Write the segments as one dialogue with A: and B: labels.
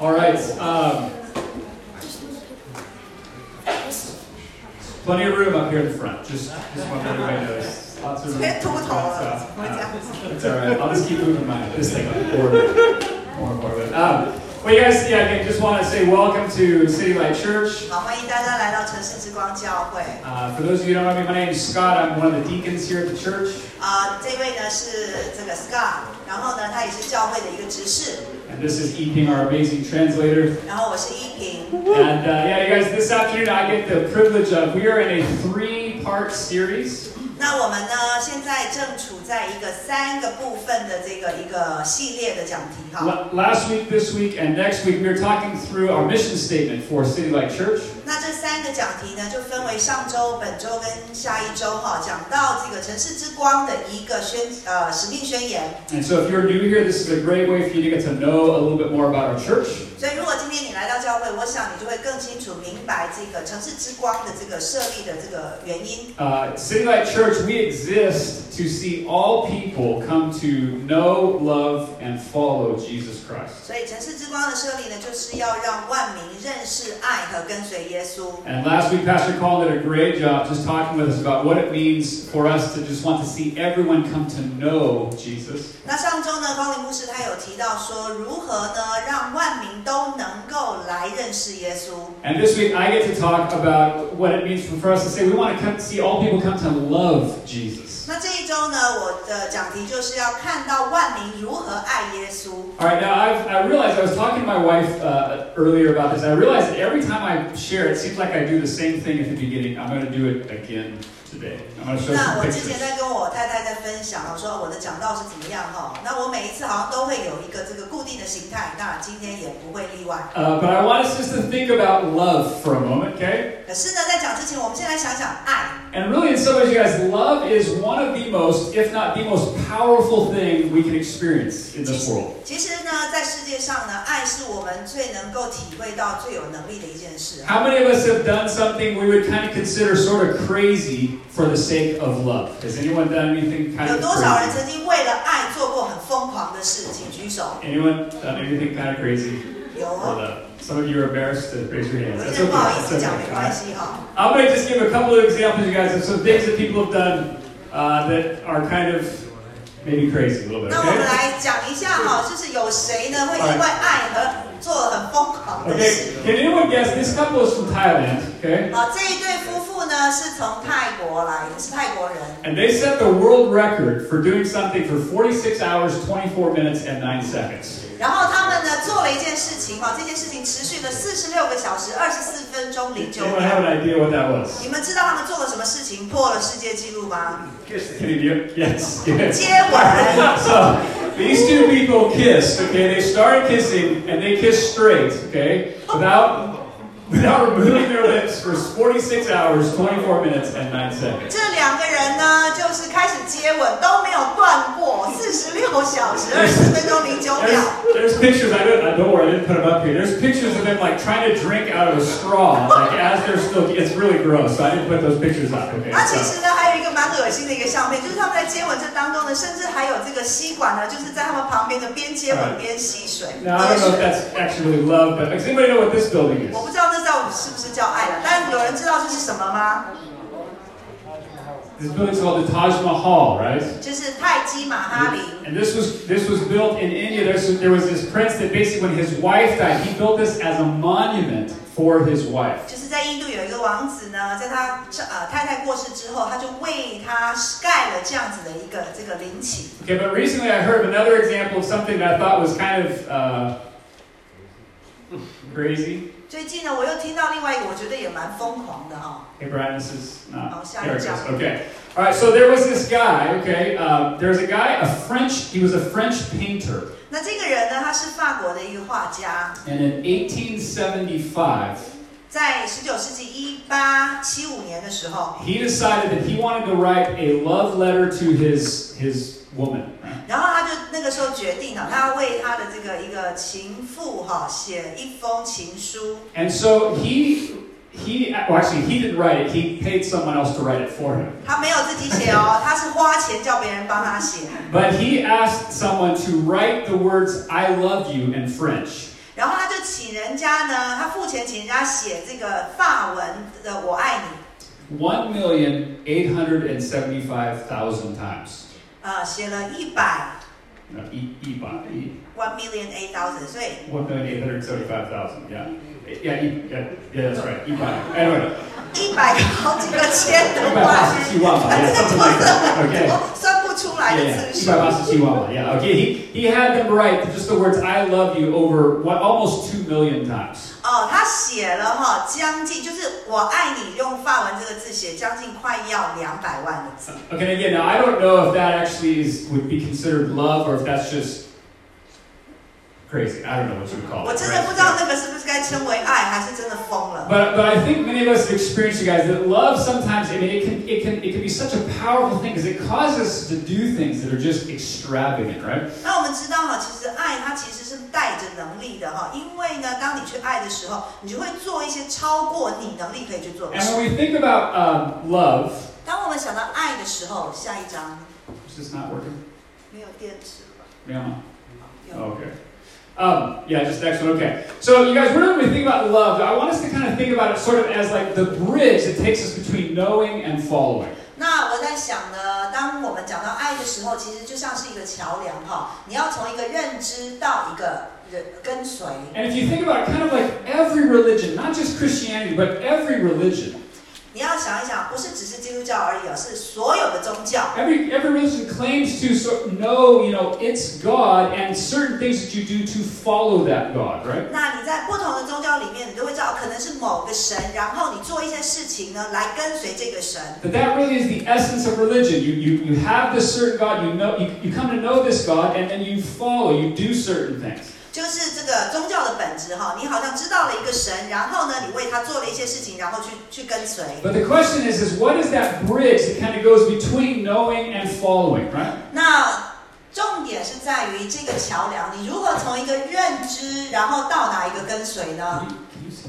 A: All right. Um, plenty of room up here in the front. Just, just want everybody to notice. Lots of room.
B: 别秃头了
A: Lots，of
B: 回
A: stuff.
B: 家。
A: It's all right. I'll just keep moving mine. Just like forward, more forward. Um, well, you guys, yeah, again, just want to say welcome to City Light Church.
B: 好，欢迎大家来到城市之光教会。
A: Uh, for those of you who don't know me, my name is Scott. I'm one of the deacons here at the church,
B: 啊、这位呢是这个 Scott，然后呢他也是教会的一个执事，
A: and this is Eping, our amazing translator.
B: 然后我是依萍。
A: And uh, yeah, you guys, this afternoon I get the privilege of we are in a three-part series.
B: 那我们呢现在正处在一个三个部分的这个一个系列的讲题哈。
A: La- last week, this week, and next week, we are talking through our mission statement for City Light Church.
B: 那这三个讲题呢就分为上周、本周跟下一周哈，讲到这个城市之光的一个宣呃使命宣言。
A: And so, if you're new here, this is a great way for you to get to know a little bit more about our church.
B: 所以，如果今天你来到教会，我想你就会更清楚明白这个城市之光的这个设立的这个原因。
A: Uh, City Light Church, we exist to see all people come to know, love, and follow Jesus Christ.
B: 所以，城市之光的设立呢，就是要让万民认识爱和跟随耶稣。
A: And last week, Pastor Call did a great job just talking with us about what it means for us to just want to see everyone come to know Jesus.
B: 那上周呢，高林牧师他有提到说，如何呢让万民都能够来认识耶稣。
A: And this week, I get to talk about what it means for, for us to say we want to come, see all people come to love Jesus.
B: 那这一周呢，我的讲题就是要看到万民如何爱耶稣。
A: All right, now I've, I realized I was talking to my wife uh, earlier about this. I realized that every time I share, it seems like I do the same thing at the beginning. I'm going to do it again today. I'm going to show
B: 那
A: some
B: 我之前
A: pictures.
B: 在跟我太太在分享，我说我的讲道是怎么样哈。那我每一次好像都会有一个这个固定的形态，那今天也不会例外。
A: Uh, but I want us just to think about love for a moment, okay?
B: 可是呢，在讲之前，我们先来想想爱。
A: And really, in some ways, you guys, love is one of the most, if not the most powerful thing we can experience in this world.
B: 其实呢，在世界上呢，爱是我们最能够体会到、最有能力的一件事。啊
A: How many of us have done something we would kind of consider sort of crazy for the sake of love? Has anyone done anything kind
B: 有
A: of
B: 多少人
A: crazy?
B: 曾经为了爱做过很疯狂的事？请举手。
A: Anyone done anything kind of crazy?
B: 有
A: Hold
B: 哦，
A: up. Some of you are embarrassed to raise your
B: 我
A: hands.
B: 今
A: That's
B: 天
A: okay.
B: 不好意思
A: That's
B: 讲，没
A: okay.
B: 关系哈。
A: I'm going to just give a couple of examples, you guys, of some things that people have done uh, that are kind of maybe crazy a little bit.
B: 那我们
A: Okay.
B: 来讲一下哈，就是有谁呢会因为爱而做很疯狂的
A: Okay.
B: 事？
A: Can anyone guess? This couple is from Thailand. Okay.
B: 好，这一对夫妇呢是从泰国来的，是泰国人。
A: And they set the world record for doing something for 46 hours, 24 minutes, and 9 seconds.
B: 然后他们呢做了一件事情哈，这件事情持续了四十六个小时二十四分钟零九
A: Anyone have
B: 秒。
A: an idea what that was?
B: 你们知道他们做了什么事情破了世界纪录吗？
A: Can you do it? Yes. Yes.
B: 接吻。
A: so these two people kissed. Okay, they started kissing and they kissed straight. Okay, without without removing their lips for 46 hours, 24 minutes, and nine seconds.
B: 这两个人呢，就是开始接吻都没有断过，四十六小时二十分钟零九秒。
A: There's, there's pictures. I don't, I don't worry. I didn't put them up here. There's pictures of them like trying to drink out of a straw, like as they're still. It's really gross. So I didn't put those pictures up. Okay.
B: 那
A: so-
B: 其实呢，还有一个蛮恶心的一个相片，就是他们在接吻这当中呢，甚至还有这个吸管呢，就是在他们旁边的边接吻边吸水。
A: Now I don't know if that's actually love, but does anybody know what this building is?
B: 我不知道这叫是不是叫爱了，但有人知道这是什么吗？
A: This building's called the Taj Mahal, right?
B: 就是泰姬玛哈林。
A: And this was this was built in India. There's, there was this prince that basically, when his wife died, he built this as a monument for his wife.
B: 就是在印度有一个王子呢，在他呃太太过世之后，他就为他盖了这样子的一个这个陵寝。
A: Okay, but recently I heard of another example of something that I thought was kind of uh, crazy.
B: 最近呢，我又听到另外一个，我觉得也蛮疯狂的哈、
A: Hey, Brian, this is
B: Oh,
A: not.
B: sorry,
A: There it is.
B: John.
A: Okay. All right. So there was this guy. Okay, uh, there was a guy, a French. He was a French painter,
B: 那这个人呢，他是法国的一个画家，
A: and in 1875.
B: 在十九世纪一八七五年的时候，
A: He decided that he wanted to write a love letter to his his woman. right?
B: 然后他就那个时候决定了，他要为他的这个一个情妇哈、写一封情书。
A: And so he he well actually he didn't write it. He paid someone else to write it for him.
B: 他没有自己写哦，他是花钱叫别人帮他写。
A: But he asked someone to write the words "I love you" in French.
B: 然后他就请家呢，他付钱请人家写这个法文的“我爱你”，
A: One million eight hundred and seventy-five thousand times.
B: 呃，写了一百
A: No, e, e, by, e,
B: one million eight thousand，所以
A: one million eight hundred seventy-five thousand. Yeah, yeah, e, yeah, yeah. That's right. E by. Anyway,
B: 一百好几个千
A: e
B: 的
A: by
B: 话，
A: passes you up.
B: 反
A: Yeah,
B: 正
A: something
B: 就
A: like
B: 是
A: that.
B: 很
A: Okay.
B: 多算不出来
A: Yeah,
B: 的
A: yeah.
B: 次
A: E
B: 数
A: by。passes you up. Yeah. Okay. He he had them right. Just the words "I love you" over what, almost two million times.
B: 哦，他写了哈，将近就是“我爱你”用法文这个字写，将近快要两百万个字。
A: Okay. Again, now I don't know if that actually is would be considered love or if that's just crazy. I don't know what you would call it.
B: 我真的
A: right?
B: 不知道那个是不是该称为爱，还是真的疯了。
A: But, but I think many of us have experienced, you guys, that love sometimes, I mean, it can, it can, it can be such a powerful thing because it causes us to do things that are just extravagant, right?
B: 那我们知道哈，其实爱它其实是带着能力的哈，因为呢，当你去爱的时候，你就会做一些超过你能力可以去做的
A: And
B: 事。
A: when we think about um, love,
B: 当我们想到爱的时候，下一章
A: is this not working?
B: 没有电池了吧？
A: Yeah. Oh,
B: 好有
A: Okay. Um, yeah, just next one. Okay. So, you guys, whenever we think about love, I want us to kind of think about it sort of as like the bridge that takes us between knowing and following.
B: 那我在想呢，当我们讲到爱的时候，其实就像是一个桥梁哈，你要从一个认知到一个人跟随。
A: And if you think about it, kind of like every religion, not just Christianity, but every religion,
B: 你要想一想，不是只是基督教而已哦，是所有的宗教。
A: Every every religion claims to sort of know, you know, its God and certain things that you do to follow that God, right?
B: 那你在不同的宗教里面，你都会知道可能是某个神，然后你做一些事情呢，来跟随这个神。
A: That that really is the essence of religion. You you, you have this certain God, you know, you, you come to know this God, and then you follow, you do certain things.
B: 就是这个宗教的本质哈，你好像知道了一个神，然后呢，你为他做了一些事情，然后去去跟随。
A: But the question is, is what is that bridge that kind of goes between knowing and following, right?
B: 那重点是在于这个桥梁，你如何从一个认知，然后到达一个跟随呢？
A: Can you see?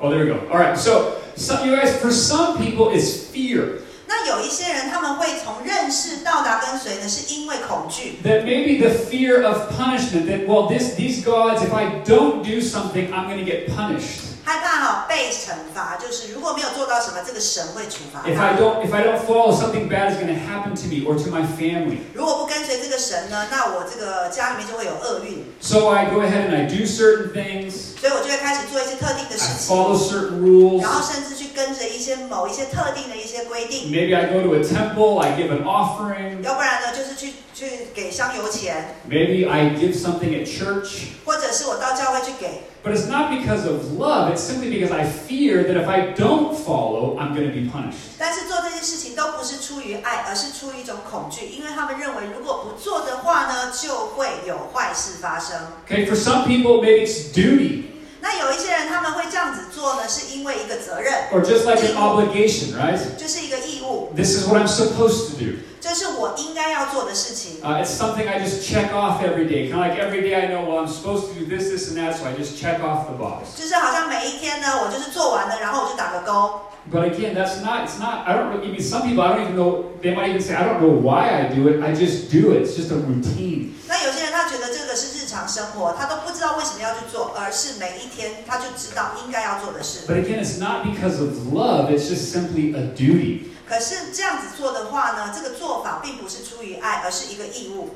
A: Oh, there we go. All right. So, some, you guys, for some people, it's fear.
B: 那有一些人他们会从认识到达跟随呢，是因为恐惧。
A: that maybe the fear of punishment that well this these gods if i don't do something i'm going to get punished
B: 害怕哈被惩罚，就是如果没有做到什么，这个神会处罚
A: if i
B: 他。
A: don't if i don't follow something bad is going to happen to me or to my family
B: 如果不跟随这个神呢，那我这个家里面就会有厄运，
A: so i go ahead and i do certain things
B: 所以我就会开始做一些特定的
A: i
B: 事情，
A: follow certain rules
B: 然后甚至去跟着一些某一些特定的一些规定，
A: maybe i go to a temple i give an offering
B: 要不然呢就是去去给香油钱，
A: maybe i give something at church
B: 或者是我到教会去给。
A: but it's not because of love it's simply because i fear that if i don't follow i'm going to be punished
B: 但是做这些事情都不是出于爱，而是出于一种恐惧，因为他们认为如果不做的话呢，就会有坏事发生。
A: okay for some people maybe it's duty
B: 那有一些人他们会这样子做呢，是因为一个责任，
A: or just like an obligation right
B: 就是一个义务，
A: This is what I'm supposed to do.
B: 这是我应该要做的事情。
A: Uh, it's something I just check off every day. Kind of like every day I know, well, I'm supposed to do this, this, and that, so I just check off the box.
B: 就是好像每一天呢，我就是做完了，然后我就打个勾。
A: But again, that's not, it's not, I don't really, I mean, some people, I don't even know, they might even say, I don't know why I do it, I just do it. It's just a routine.
B: 那有些人他觉得这个是日常生活，他都不知道为什么要去做，而是每一天他就知道应该要做的事。
A: But again, it's not because of love, it's just simply a duty.
B: 可是这样子做的话呢，这个做法并不是出于爱，而是一个义务。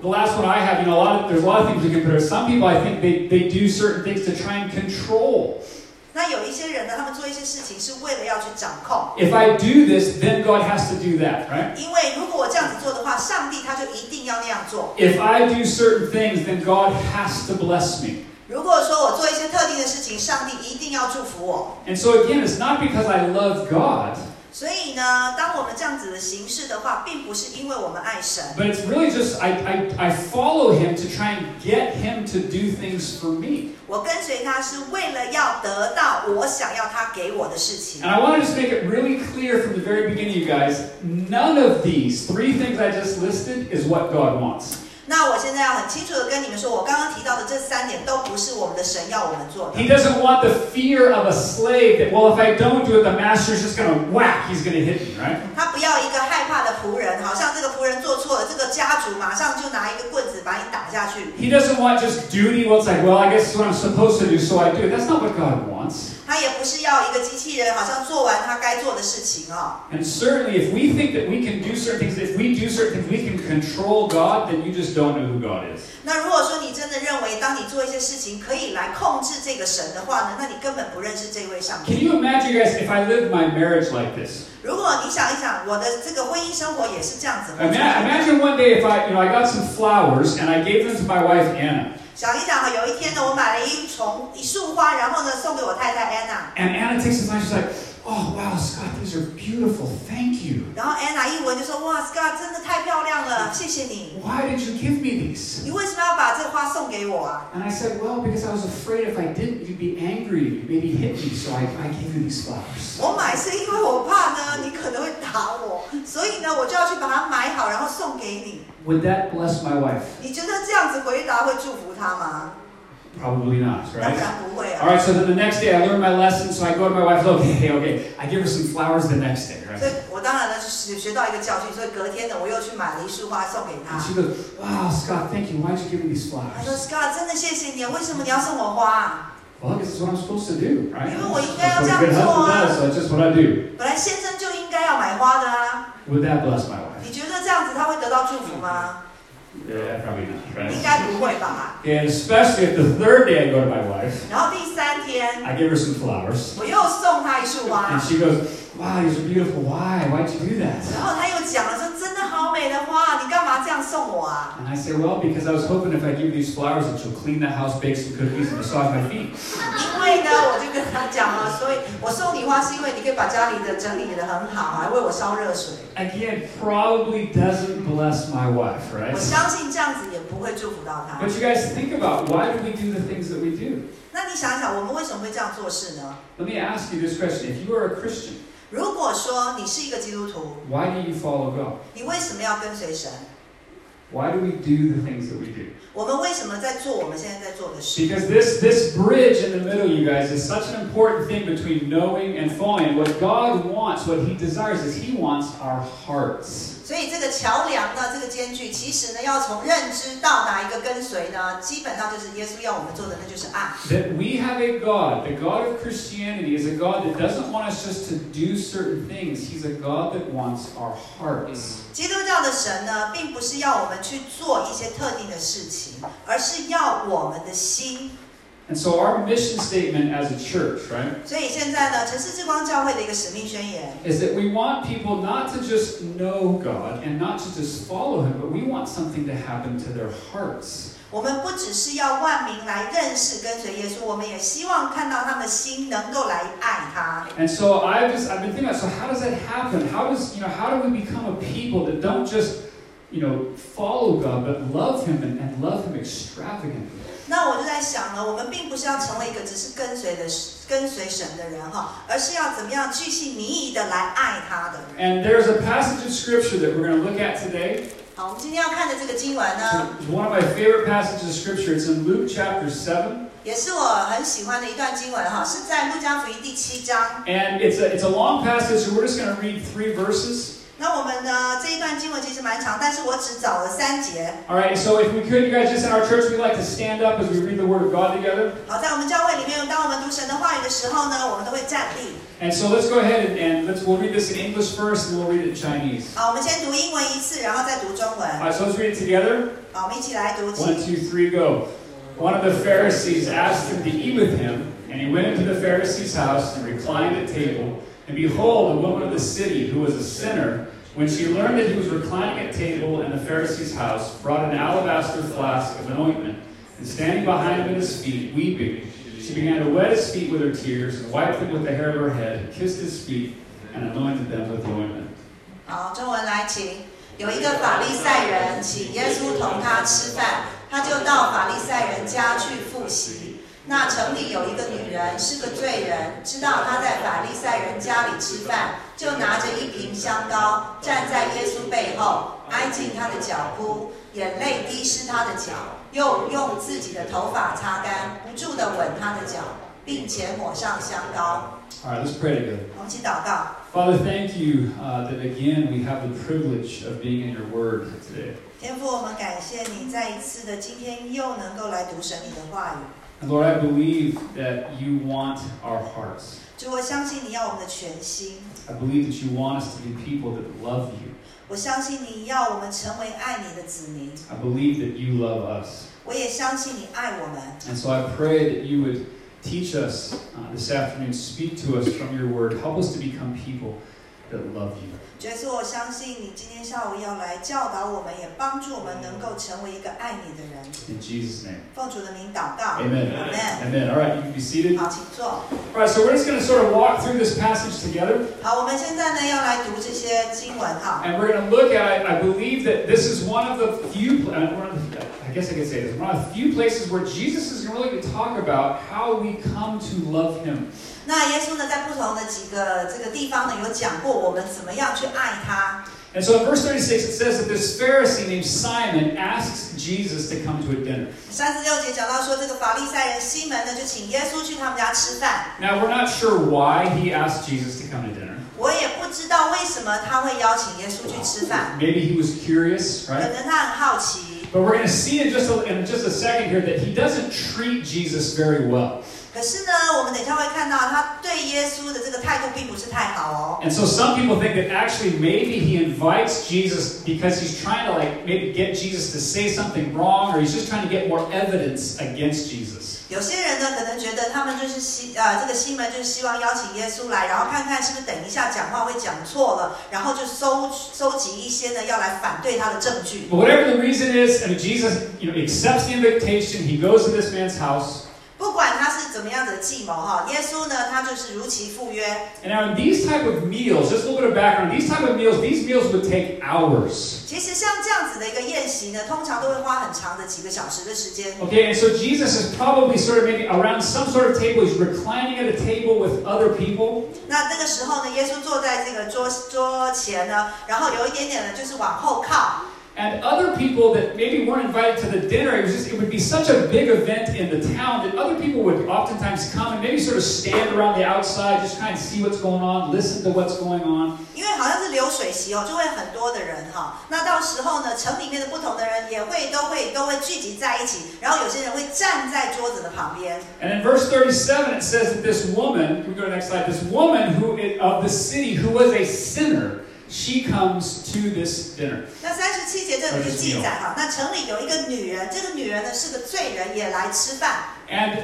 A: The last one I have, you know, a lot of, there's a lot of things we can put. Some people, I think, they, they do certain things to try and control.
B: 那有一些人呢，他们做一些事情是为了要去掌控，
A: If I do this, then God has to do that, right?
B: 因为如果我这样子做的话，上帝他就一定要那样做。
A: If I do certain things, then God has to bless me.
B: 如果说我做一些特定的事情，上帝一定要祝福我。
A: And so again, it's not because I love God,
B: 所以呢，当我们这样子的行事的话，并不是因为我们爱神，
A: but it's really just I, I, I follow Him to try and get Him to do things for me.
B: 我跟随他是为了要得到我想要他给我的事情
A: And。I want to just make it really clear from the very beginning, you guys, none of these three things I just listed is what God wants.
B: 那我现在要很清楚的跟你们说，我刚刚提到的这三点都不是我们的神要我们做的。
A: He doesn't want the fear of a slave that, well, if I don't do it, the master's just going to whack, he's going to hit me, right?
B: 他不要一个害怕的仆人，好像这个仆人做错果这个家族马上就拿一个棍子把你打下去，
A: He doesn't want just duty. Well, it's like, well, I guess it's what I'm supposed to do, so I do. it. That's not what God wants.
B: 他也不是要一个机器人，好像做完他该做的事情哦。
A: And certainly, if we think that we can do certain things, if we do certain things, we can control God, then you just don't know who God is.
B: 那如果说你真的认为当你做一些事情可以来控制这个神的话呢，那你根本不认识这位上帝。
A: Can you imagine, guys, if I lived my marriage like this?
B: 如果你想一想，我的这个婚姻生活也是这样子活
A: Ima-
B: 出来的。
A: Imagine one day if I, you know, I got some flowers and I gave them to my wife Anna,
B: 想一想哈，有一天呢，我买了一丛一束花，然后呢送给我太太 Anna，
A: and Anna takes them and she's like, "Oh wow, Scott, these are beautiful. Thank you.
B: 然后 Anna 一闻就说：“哇，Scott 真的太漂亮了，谢谢你。
A: Why did you give me these?"
B: 你为什么要把这花送给我啊
A: And I said, "Well, because I was afraid if I didn't, you'd be angry, you'd maybe hit me, so I, I gave you these flowers."
B: 我买是因为我怕呢，你可能会打我，所以呢，我就要去把它买好，然后送给你。
A: Would that bless my wife?
B: 你觉得这样子回答会祝福他吗？
A: Probably not,
B: 当
A: right?
B: 然不会啊
A: All。right. So then the next day, I learned my lesson. So I go to my wife. Okay, okay. I give her some flowers the next day,
B: 所
A: right?
B: 以我当然呢就是学到一个教训，所以隔天呢，我又去买了一束花送给
A: And
B: 他。
A: she goes, "Wow, Scott, thank you. Why'd you give me these
B: 他说
A: flowers?
B: ：“Scott，真的谢谢你，啊为什么你要送我花啊？
A: Well, I guess it's what I'm supposed to do, right?
B: You know what you
A: That's
B: guys
A: what a good husband
B: have done.
A: does, so that's just what I do.
B: 本来先生就应该要买花的啊。
A: Would that bless my wife?
B: 你觉得这样子他会得到祝福吗？
A: Yeah, probably not,
B: 应
A: right?
B: 该不会吧。
A: And especially if the third day I go to my wife,
B: 然后第三天，
A: I give her some flowers,
B: 我又送他一束花。”
A: and she goes, "Wow, these are beautiful. Why? Why'd you do that?"
B: 然后他又讲了说：“真的好美的花，你干嘛这样送我啊
A: And I say, "Well, because I was hoping if I give you these flowers, that you'll clean the house, bake some cookies, and massage my feet."？”
B: 因为呢，我就跟他讲了，所以我送你花是因为你可以把家里的整理的很好，还为我烧热水。
A: Again, probably doesn't bless my wife,
B: 我
A: right?
B: 相信这样子也不会祝福到他
A: But。you guys think about why do we do the things that we do?
B: 那你想想，我们为什么会这样做事呢？
A: Let me ask you this question: If you are a Christian,
B: 如果说你是一个基督徒，
A: why do you follow God?
B: 你为什么要跟随神？
A: Why do we do the things that we do?
B: 我们为什么在做我们现在在做的事？
A: Because this this bridge in the middle, you guys, is such an important thing between knowing and following. What God wants, what He desires, is He wants our hearts.
B: 所以这个桥梁呢，这个间距，其实呢，要从认知到达一个跟随呢，基本上就是耶稣要我们做的，那就是爱。
A: That we have a God, the God of Christianity, is a God that doesn't want us just to do certain things. He's a God that wants our hearts.
B: 基督教的神呢，并不是要我们去做一些特定的事情，而是要我们的心。
A: And so our mission statement as a church, right,
B: 所以现在呢，城市之光教会的一个使命宣言，
A: is that we want people not to just know God and not to just follow Him, but we want something to happen to their hearts.
B: 我们不只是要万民来认识跟随耶稣，我们也希望看到他们的心能够来爱他。
A: And so I just I've been thinking about so how does that happen? How does you know how do we become a people that don't just you know follow God but love Him and, and love Him extravagantly?
B: 那我就在想呢，我们并不是要成为一个只是跟随的跟随神的人哈，而是要怎么样具体迷疑的来爱他的。
A: And there's a passage of scripture that we're going to look at today.
B: 好，我们今天要看的这个经文呢，
A: It's one of my favorite passages of scripture. It's in Luke chapter seven,
B: 也是我很喜欢的一段经文哈，是在路加福音第七章。
A: and it's a it's a long passage, so we're just going to read three verses.
B: 那我们呢这一段经文其实蛮长，但是我只找了三节。
A: All right. So if we could, you guys, just in our church, we like to stand up as we read the Word of God together.
B: 好，在我们教会里面，当我们读神的话语的时候呢，我们都会站立。
A: And so let's go ahead and, and let's we'll read this in English first, and we'll read it in Chinese.
B: 好，我们先读英文一次，然后再读中文
A: All。right. So let's read it together.
B: 好，我们一起来读。
A: One,
B: 请
A: two, three, go. One of the Pharisees asked him to eat with him, and he went into the Pharisee's house and reclined at table. And behold, a woman of the city, who was a sinner, when she learned that he was reclining at table in the Pharisee's house, brought an alabaster flask of an ointment, and standing behind him at his feet, weeping, she began to wet his feet with her tears, and wiped them with the hair of her head, kissed his feet, and anointed them with the ointment.
B: 好，中文来，请。有一个法利赛人请耶稣同他吃饭，他就到法利赛人家去复习。那城里有一个女人是个罪人，知道他在法利赛人家里吃饭，就拿着一瓶香膏，站在耶稣背后，挨近他的脚哭，眼泪滴湿他的脚，又用自己的头发擦干，不住地吻他的脚，并且抹上香膏。
A: All right, let's pray together.
B: 我们一起祷告，
A: Father, thank you uh, that again we have the privilege of being in your word today.
B: 天父，我们感谢你再一次的今天又能够来读神你的话语。
A: And Lord, I believe that you want our hearts.
B: 主，我相信你要我们的全心，
A: I believe that you want us to be people that love you.
B: 我相信你要我们成为爱你的子民，
A: I believe that you love us.
B: 我也相信你爱我们。
A: And so I pray that you would teach us uh, this afternoon, speak to us from your word, help us to become people that love you.
B: 主耶稣，我相信你今天下午要来教导我们，也帮助我们能够成为一个爱你的人。
A: In Jesus' name.
B: 奉主的名祷告，
A: Amen.
B: Amen.
A: Amen. All right, you can be seated.
B: 好，请坐。
A: All right, so we're just going to sort of walk through this passage together,
B: 好，我们现在呢要来读这些经文哈。
A: and we're going to look at it. I believe that this is one of the few, pla- uh, one of the- I guess I could say this, one of the few places where Jesus is really going to talk about how we come to love him.
B: 那耶稣呢，在不同的几个这个地方呢，有讲过我们怎么样去爱他。
A: And so in verse 36, it says that this Pharisee named Simon asks Jesus to come to a dinner.
B: 三十六节讲到说，这个法利赛人西门呢，就请耶稣去他们家吃饭。
A: Now, we're not sure why he asked Jesus to come to dinner.
B: 我也不知道为什么他会邀请耶稣去吃饭，
A: Maybe he was curious,
B: 可
A: right?
B: 能他很好奇。
A: But we're going to see in just a, in just a second here that he doesn't treat Jesus very well.
B: 可是呢，我们等一下会看到他对耶稣的这个态度并不是太好哦。
A: And so some people think that actually maybe he invites Jesus because he's trying to like maybe get Jesus to say something wrong or he's just trying to get more evidence against Jesus.
B: 有些人呢，可能觉得他们就是希呃，这个西门就是希望邀请耶稣来，然后看看是不是等一下讲话会讲错了，然后就收收集一些呢要来反对他的证据。
A: But whatever the reason is, I mean, Jesus you know, accepts the invitation. He goes to this man's house.
B: 不管他是怎么样子的计谋哈，耶稣呢，他就是如期赴约。
A: And now in these type of meals, just a little bit of background, these type of meals, these meals would take hours.
B: 其实像这样子的一个宴席呢，通常都会花很长的几个小时的时间。
A: Okay, and so Jesus is probably sort of maybe around some sort of table. He's reclining at a table with other people.
B: 那那个时候呢，耶稣坐在这个桌桌前呢，然后有一点点呢，就是往后靠。
A: And other people that maybe weren't invited to the dinner, it, was just, it would be such a big event in the town that other people would oftentimes come and maybe sort of stand around the outside, just kind of see what's going on, listen to what's going on.
B: 因为好像是流水席哦，就会很多的人哈、那到时候呢，城里面的不同的人也会都会都会聚集在一起，然后有些人会站在桌子的旁边。
A: And in verse 37, it says that this woman, can we go to the next slide? This woman who i- of the city who was a sinner, she comes to this dinner.
B: 那三十七节这里就记载哈，那城里有一个女人，这个女人呢是个罪人，也来吃饭。
A: And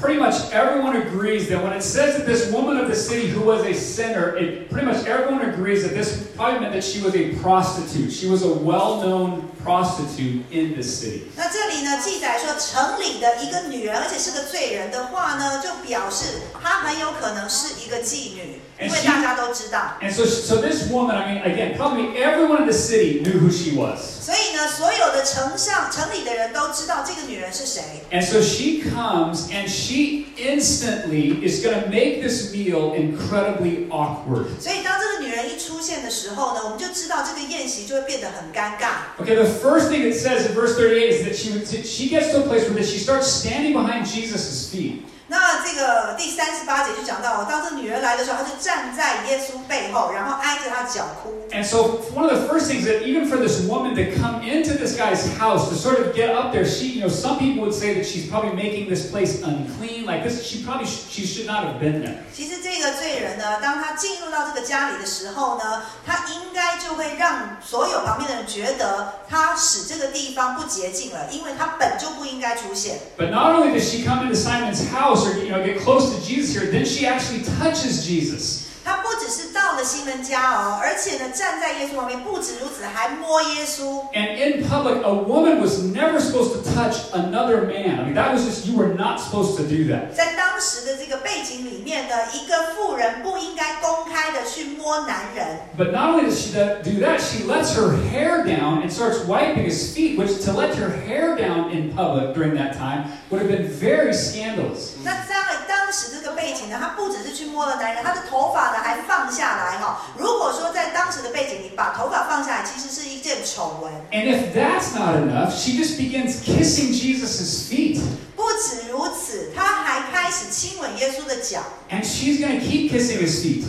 A: pretty much everyone agrees that when it says that this woman of the city who was a sinner, it pretty much everyone agrees that this probably meant that she was a prostitute. She was a well-known prostitute in this city.
B: 那这里呢记载说，城里的一个女人，而且是个罪人的话呢，就表示她很有可能是一个妓女，因为大家都知道。
A: And so, so this woman, I mean, again, probably everyone in the city knew who she was.
B: 所以呢，所有的城上城里的人都知道这个女人是谁。
A: And so she comes and she instantly is going to make this meal incredibly awkward.
B: 所以当这个女人一出现的时候呢，我们就知道这个宴席就会变得很尴尬。
A: Okay, the first thing it says in verse 38 is that she, would- she gets to a place where she starts standing behind Jesus' feet.
B: 那这个第三十八节就讲到，哦，当这女人来的时候，她就站在耶稣背后，然后挨着他脚哭。
A: And so one of the first things that even for this woman to come into this guy's house to sort of get up there, she you know some people would say that she's probably making this place unclean. Like this, she probably sh- she should not have been there.
B: 其实这个罪人呢，当他进入到这个家里的时候呢，他应该就会让所有旁边的人觉得他使这个地方不洁净了，因为他本就不应该出现。
A: But not only does she come into Simon's house or you know get close to Jesus here, then she actually touches Jesus.
B: 他不只是到了西门家哦，而且呢，站在耶稣旁边，不止如此，还摸耶稣。
A: And in public, a woman was never supposed to touch another man. I mean, that was just you were not supposed to do that.
B: 在当时的这个背景里面呢，一个妇人不应该公开的去摸男人，
A: But not only does she that- do that, she lets her hair down and starts wiping his feet, which to let your hair down in public during that time would have been very scandalous.
B: 那在当时这个背景呢，她不只是去摸了男人，她的头发呢还放下来哈、如果说在当时的背景里把头发放下来，其实是一件丑闻。
A: And if that's not enough, she just begins kissing Jesus' feet.
B: 不止如此，她还开始亲吻耶稣的脚，
A: And she's going to keep kissing his feet.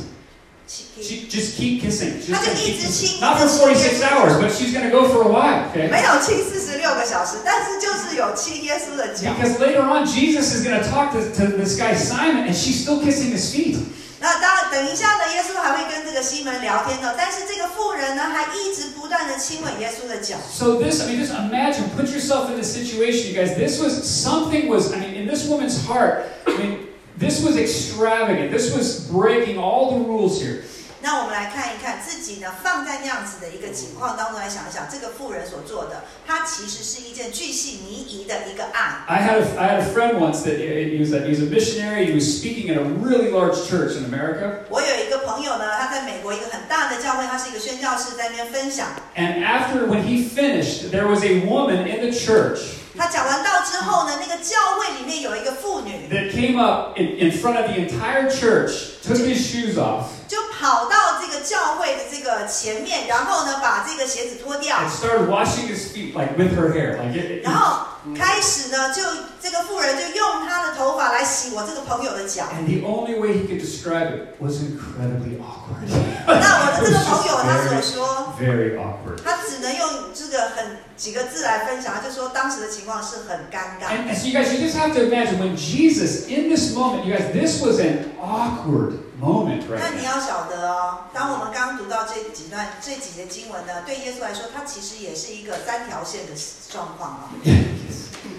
B: 亲，
A: She just keep kissing. She's
B: How
A: gonna
B: did
A: keep
B: he
A: kissing.
B: just-
A: Not for 46 hours, but she's going to go for a while. Okay.
B: 没有亲四十六个小时，但是就是有亲耶稣的脚。
A: Because later on, Jesus is going to talk to, to this guy Simon, and she's still kissing his feet.
B: 那当然，等一下呢，耶稣还会跟这个西门聊天的，但是这个妇人呢，还一直不断的亲吻耶稣的脚。
A: So this, I mean, just imagine, put yourself in this situation, you guys. This was something was, I mean, in this woman's heart, I mean, this was extravagant. This was breaking all the rules here.
B: 那我们来看一看自己呢，放在那样子的一个情况当中来想一想，这个妇人所做的，它其实是一件巨细靡遗的一个爱。
A: I had a, I had a friend once that he was a, he was a missionary. He was speaking at a really large church in America,
B: 我有一个朋友呢，他在美国一个很大的教会，他是一个宣教士，在那边分享。
A: and after when he finished, there was a woman in the church
B: 他讲完道之后呢，那个教会里面有一个妇女，
A: that came up in, in front of the entire church, took his shoes off,
B: 就跑到这个教会的这个前面，然后呢，把这个鞋子脱掉，
A: and started washing his feet like with her hair, like it, it-
B: 然后开始呢，就这个妇人就用她的头发来洗我这个朋友的脚。
A: And the only way he could describe it was incredibly awkward.
B: 那我的这个朋友他所说，
A: Very awkward.
B: 他只能用这个很几个字来分享，他就说当时的情况是很尴尬。
A: And, and so, you guys, you just have to imagine when Jesus, in this moment, you guys, this was an awkward moment
B: 那
A: right
B: 你
A: now.
B: 要晓得哦，当我们刚刚读到这几段、这几节经文呢，对耶稣来说，它其实也是一个三条线的状况哦。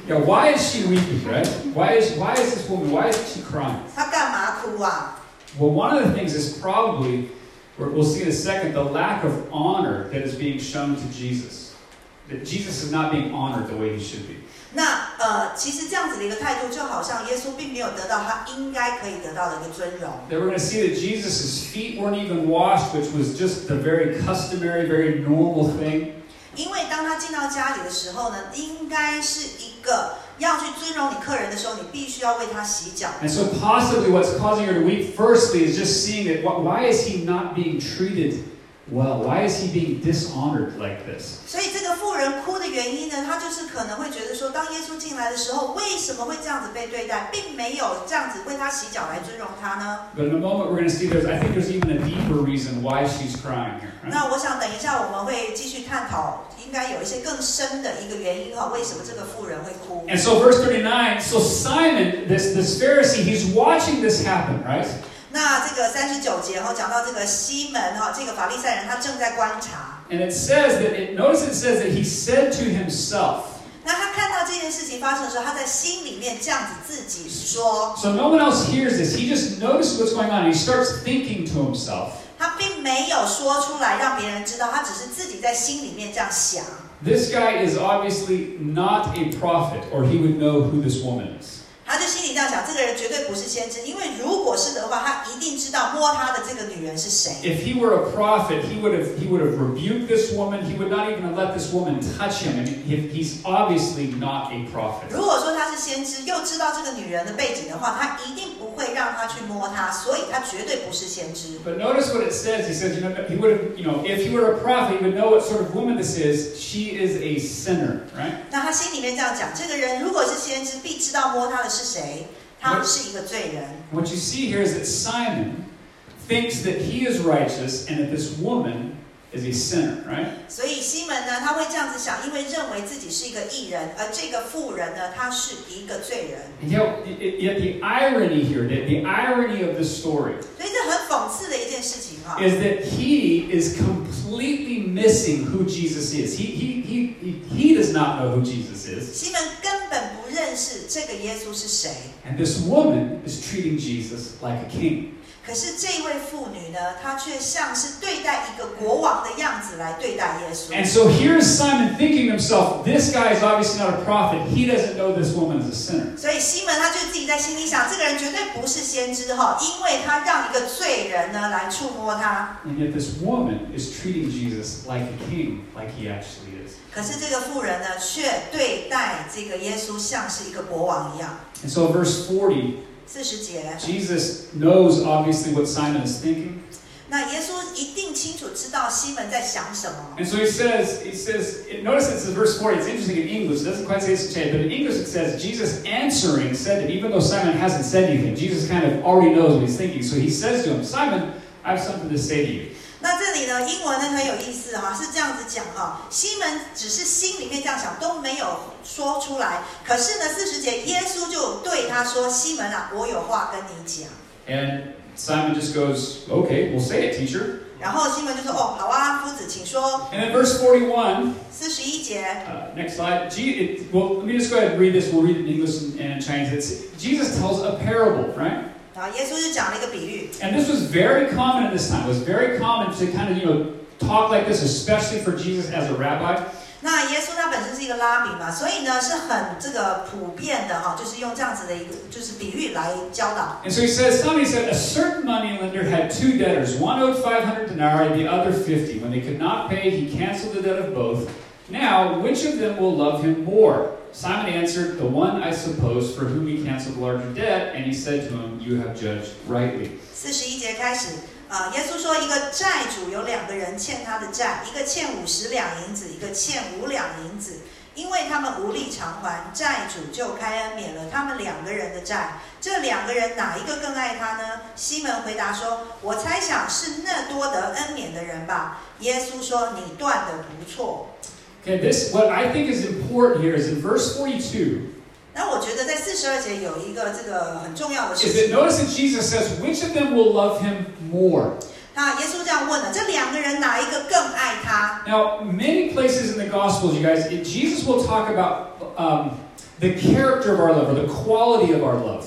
A: Yeah, why is she weeping, right? Why is, why is this woman, why is she crying?
B: 他干嘛哭啊？
A: Well, one of the things is probably, we're- we'll see in a second, the lack of honor that is being shown to Jesus. That Jesus is not being honored the way he should be.
B: 那呃，其实这样子的一个态度，就好像耶稣并没有得到他应该可以得到的一个尊荣。
A: They were going to see that Jesus' feet weren't even washed, which was just the very customary, very normal thing.
B: 因为当他进到家里的时候呢，应该是一个要去尊荣你客人的时候，你必须要为他洗脚。
A: And so, possibly, what's causing her to weep, firstly, is just seeing that wh- why is he not being treated well? Why is he being dishonored like this?
B: 所以这个妇人哭的原因呢，她就是可能会觉得说，当耶稣进来的时候，为什么会这样子被对待，并没有这样子为他洗脚来尊荣他呢？
A: But in a moment, we're going to see there's, I think, there's even a deeper reason why she's crying here. right?
B: 那我想等一下我们会继续探讨，应该有一些更深的一个原因哈，为什么这个妇人会哭？
A: And so, verse 39 so Simon, this, this Pharisee, he's watching this happen, right?
B: 那这个三十九节哈，讲到这个西门哈，这个法利赛人他正在观察，
A: And it says that, it, notice it says that he said to himself,
B: 那他看到这件事情发生的时候，他在心里面这样子自己说，
A: So no one else hears this. He just notices what's going on and he starts thinking to himself,
B: 他并没有说出来让别人知道，他只是自己在心里面这样想。
A: this guy is obviously not a prophet or he would know who this woman is.
B: 他就心里这样想：这个人绝对不是先知，因为如果是的话，他一定知道摸他的这个女人是谁。
A: If he were a prophet, he would have he would have rebuked this woman. He would not even have let this woman touch him. And he- he's obviously not a prophet.
B: 如果说他是先知，又知道这个女人的背景的话，他一定不会让她去摸她，所以他绝对不是先知。
A: But notice what it says. He says, you know, he would have, you know, if he were a prophet, he would know what sort of woman this is. She is a sinner, right?
B: 那他心里面这样讲：这个人如果是先知，必知道摸他的是谁，他是一个罪人。
A: What you see here is that Simon thinks that he is righteous and that this woman is a sinner, right?
B: 所以西门呢，他会这样子想，因为认为自己是一个义人，而这个妇人呢，她是一个罪人。
A: And Yet, yet the irony here, the, the irony of this story,
B: 所以这很讽刺的一件事情哈、
A: is that he is completely missing who Jesus is. He, he, he, he, he does not know who Jesus is.
B: 西门根本不认识这个耶稣是谁，
A: And this woman is treating Jesus like a king.
B: 可是这位妇女呢，她却像是对待一个国王的样子来对待耶
A: And
B: 稣。
A: so here's Simon thinking to himself, this guy is obviously not a prophet. He doesn't know this woman is a sinner.
B: 所以西门他就自己在心里想，这个人绝对不是先知哈，因为他让一个罪人呢来触摸他。
A: And yet this woman is treating Jesus like a king, like he actually is.
B: 可是这个妇人呢，却对待这个耶稣像是一个国王一样。
A: And so verse 40,
B: 四十节，
A: Jesus knows obviously what Simon is thinking.
B: 那耶稣一定清楚知道西门在想什么，
A: And so he says, he says, it- notice it's in verse 40, it's interesting in English, it doesn't quite say this in Chinese, but in English it says, Jesus answering said that even though Simon hasn't said anything, Jesus kind of already knows what he's thinking. So he says to him, Simon, I have something to say to you.
B: 那这里呢，英文呢很有意思哈、是这样子讲哈、西门只是心里面这样想，都没有说出来。可是呢，四十节耶稣就对他说：“西门啊，我有话跟你讲。
A: And Simon just goes, Okay, we'll say it, teacher. ”
B: 然后西门就说：“哦，好啊，夫子，请说。
A: And in verse 41, ”
B: 四十一节，
A: Uh, next slide. Je- it, well, let me just go ahead and read this. We'll read it in English and, and in Chinese. It's, Jesus tells a parable, right?
B: 然后耶稣就讲了一个比喻，
A: And this was very common at this time. It was very common to kind of, you know, talk like this, especially for Jesus as a rabbi.
B: 那耶稣他本身是一个拉比嘛，所以呢是很这个普遍的哈、就是用这样子的一个就是比喻来教导。
A: And so he says, somebody said, a certain moneylender had two debtors. One owed 500 denarii, the other 50. When they could not pay, he canceled the debt of both. Now, which of them will love him more? Simon answered, The one, I suppose, for whom he canceled the larger debt. And he said to him, You have judged rightly.
B: 四十一节开始，啊、耶稣说一个债主有两个人欠他的债，一个欠五十两银子，一个欠五两银子，因为他们无力偿还，债主就开恩免了他们两个人的债。这两个人哪一个更爱他呢？西门回答说：“我猜想是那多得恩免的人吧。”耶稣说：“你断得不错。
A: Okay, this what I think is important here is in verse 42 ”
B: 那我觉得在四十二节有一个这个很重要的事
A: is that
B: 情。
A: notice that Jesus says, which of them will love him more?
B: 那耶稣这样问了：这两个人哪一个更爱他？
A: Now, many places in the Gospels, you guys, it, Jesus will talk about um, the character of our love or the quality of our love.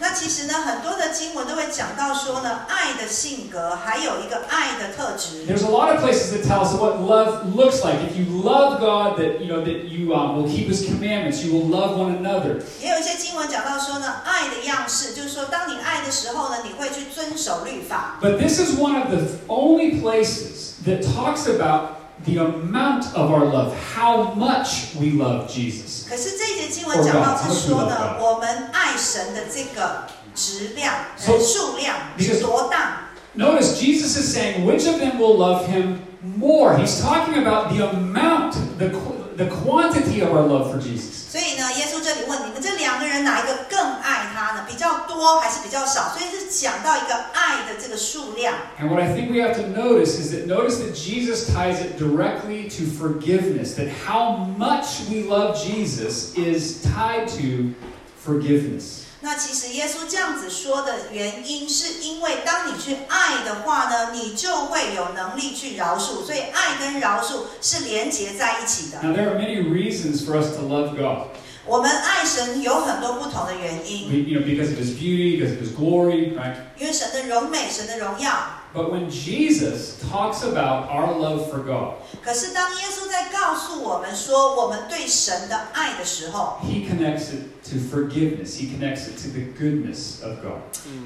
B: 那其实呢，很多的经文都会讲到说呢，爱的性格，还有一个爱的特质。
A: There's a lot of places that tell us what love looks like. If you love God, that you know that you um, will keep His commandments, you will love one another.
B: 也有一些经文讲到说呢，爱的样式，就是说，当你爱的时候呢，你会去遵守律法。
A: But this is one of the only places that talks about the amount of our love, how much we love Jesus.
B: 可是这一节经文讲到是说呢，哦我们爱神的这个质量、呃数量是多大？
A: Notice Jesus is saying, which of them will love him more? He's talking about the amount, the, qu- the quantity of our love for Jesus.
B: 所以呢，耶稣这里问你们这两个人哪一个更爱他呢？比较多还是比较少？所以是讲到一个爱的这个数量。
A: And what I think we have to notice is that notice that Jesus ties it directly to forgiveness, that how much we love Jesus is tied to forgiveness.
B: 那其实耶稣这样子说的原因，是因为当你去爱的话呢，你就会有能力去饶恕，所以爱跟饶恕是连结在一起的。
A: Now, there are many reasons for us to love God.
B: 我们爱神有很多不同的原因，
A: We- you know, because of his beauty, because of his glory, right?
B: 因为神的荣美、神的荣耀。
A: But when Jesus talks about our love for God,
B: 可是当耶稣在告诉我们说我们对神的爱的时候，
A: He connects it to forgiveness. He connects it to the goodness of God,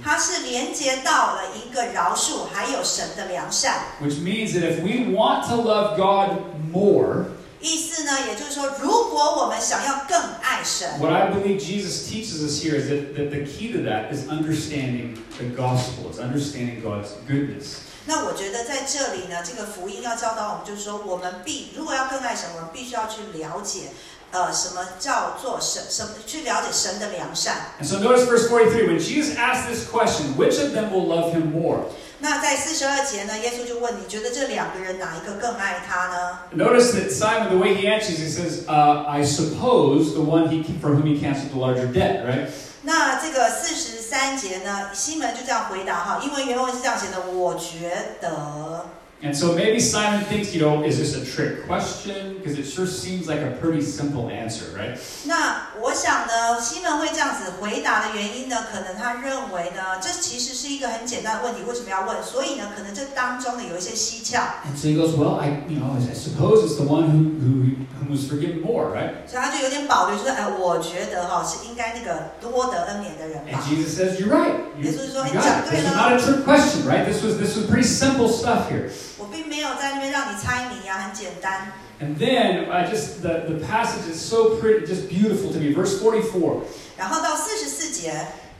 B: 它是连接到了一个饶恕，还有神的良善。
A: which means that if we want to love God more,
B: 意思呢，也就是说，如果我们想要更爱神，
A: what I believe Jesus teaches us here is that, that the key to that is understanding the gospel. It's understanding God's goodness.
B: 那我觉得在这里呢，这个福音要教导我们，就是说，我们必如果要更爱神，我们必须要去了解，呃，什么叫做神，什么去了解神的良善。
A: And so notice verse 43 when Jesus asked this question, which of them will love him more?
B: 那在四十二节呢，耶稣就问，你觉得这两个人哪一个更爱他呢？
A: Notice that Simon, the way he answers, he says, uh, I suppose the one he, for whom he canceled the larger debt, right?
B: 那这个四十三节呢，西门就这样回答哈，因为原文是这样写的，我觉得。
A: And so maybe Simon thinks, you know, is this a trick question? Because it sure seems like a pretty simple answer, right?
B: 那我想呢，西门会这样子回答的原因呢，可能他认为呢，这其实是一个很简单的问题，为什么要问？所以呢，可能这当中呢有一些蹊跷，
A: And so he goes, well, I, you know, I suppose it's the one who, who, whom was forgiven more, right?
B: 所以他就有点保留，就是哎，我觉得哈、是应该那个多得恩免的人
A: And
B: 吧。
A: Jesus says, you're right. You,
B: This was
A: you
B: right.
A: got it. This was not a trick question, right? This was this was pretty simple stuff here.
B: 我并没有在那边让你猜谜呀、很简单。
A: And then I just the, the passage is so pretty, just beautiful to me. Verse 44.
B: 然后到四十四节，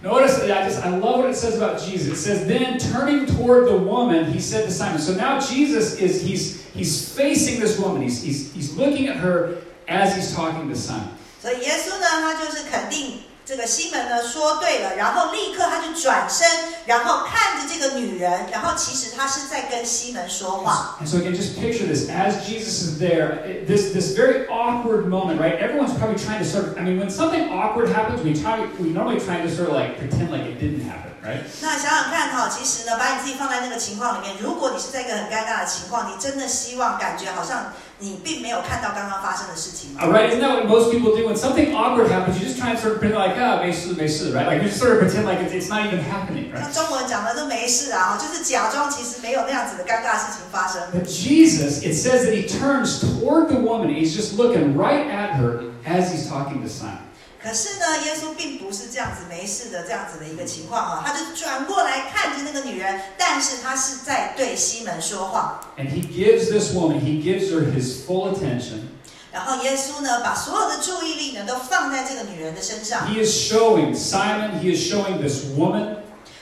A: Notice that I just I love what it says about Jesus. It says, then turning toward the woman, he said to Simon. So now Jesus is he's he's facing this woman. He's he's, he's looking at her as he's talking to Simon.
B: 所以耶稣呢，他就是肯定这个西门呢说对了，然后立刻他就转身，然后看着这个女人，然后其实他是在跟西门说话。
A: And so again, just picture this. As Jesus is there, it- this this very awkward moment, right? Everyone's probably trying to sort of. I mean, when something awkward happens, we try we normally try to sort of like pretend like it didn't happen, right?
B: 那想想看哈，其实呢，把你自己放在那个情况里面，如果你是在一个很尴尬的情况，你真的希望感觉好像你并没有看到刚刚发生的事情吗？
A: All Uh, right, isn't that what most people do when something awkward happens? You just try and sort of pretend like ah, mesu, mesu, right? Like you just sort of pretend like it's, it's not even happening, right?
B: 像中文讲的都没事啊，就是假装其实没有那样子的尴尬事情发生。
A: But Jesus, it says that he turns toward the woman. and He's just looking right at her as he's talking to Simon.
B: 可是呢，耶稣并不是这样子没事的这样子的一个情况啊，他就转过来看着那个女人，但是他是在对西门说话。
A: And he gives this woman, he gives her his full attention.
B: 然后耶稣呢，把所有的注意力呢都放在这个女人的身上，
A: He is showing Simon, he is showing this woman,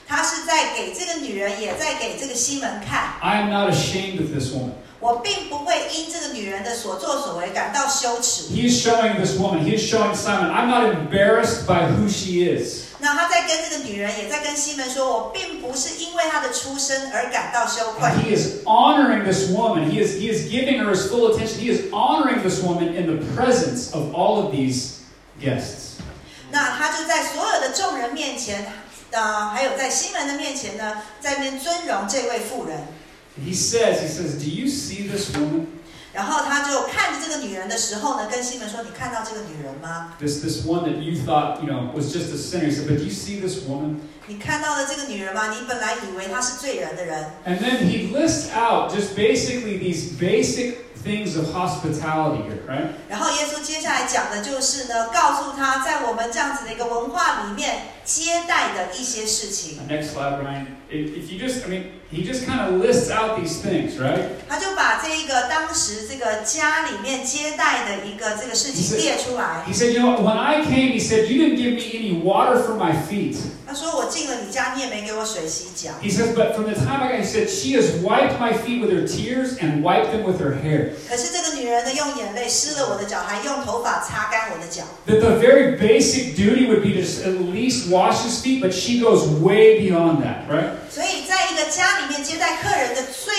B: 他是在给这个女人，也在给这个西门看。
A: I am not ashamed of this woman.
B: 我并不会因这个女人的所作所为感到羞耻。
A: He is showing this woman, he is showing Simon, I'm not embarrassed by who she is.
B: 那他在跟这个女人，也在跟西门说，我并不是因为她的出身而感到羞愧。
A: And he is honoring this woman. He is, he is giving her his full attention. He is honoring this woman in the presence of all of these guests.
B: 那他就在所有的众人面前，呃，还有在西门的面前呢，在那边尊荣这位妇人。
A: And he says, he says, do you see this woman,
B: 然后他就看着这个女人的时候呢，跟西门说：“你看到这个女人吗？
A: this this one that you thought you know was just a sinner? He said, but do you see this woman?
B: 你看到了这个女人吗？你本来以为她是罪人的人。
A: And then he lists out just basically these basic things of hospitality here, right? ”
B: 然后耶稣接下来讲的就是呢，告诉他在我们这样子的一个文化里面接待的一些事情。
A: Next slide, Ryan. If, if you just, I mean, he just kind of lists out these things, right?
B: 他就把这个当时这个家里面接待的一个这个事情列出来。
A: He said, you know, when I came, he said, you didn't give me any water for my feet.
B: 他说：“我进了你家，你也没给我水洗脚。”
A: He says, but from the time I got, he said, she has wiped my feet with her tears and wiped them with her hair.
B: 可是这个女人呢，用眼泪湿了我的脚，还用头发擦干我的脚。
A: that the very basic duty would be to just at least wash his feet, but she goes way beyond that, right?
B: 所以，在一个家里面接待客人的最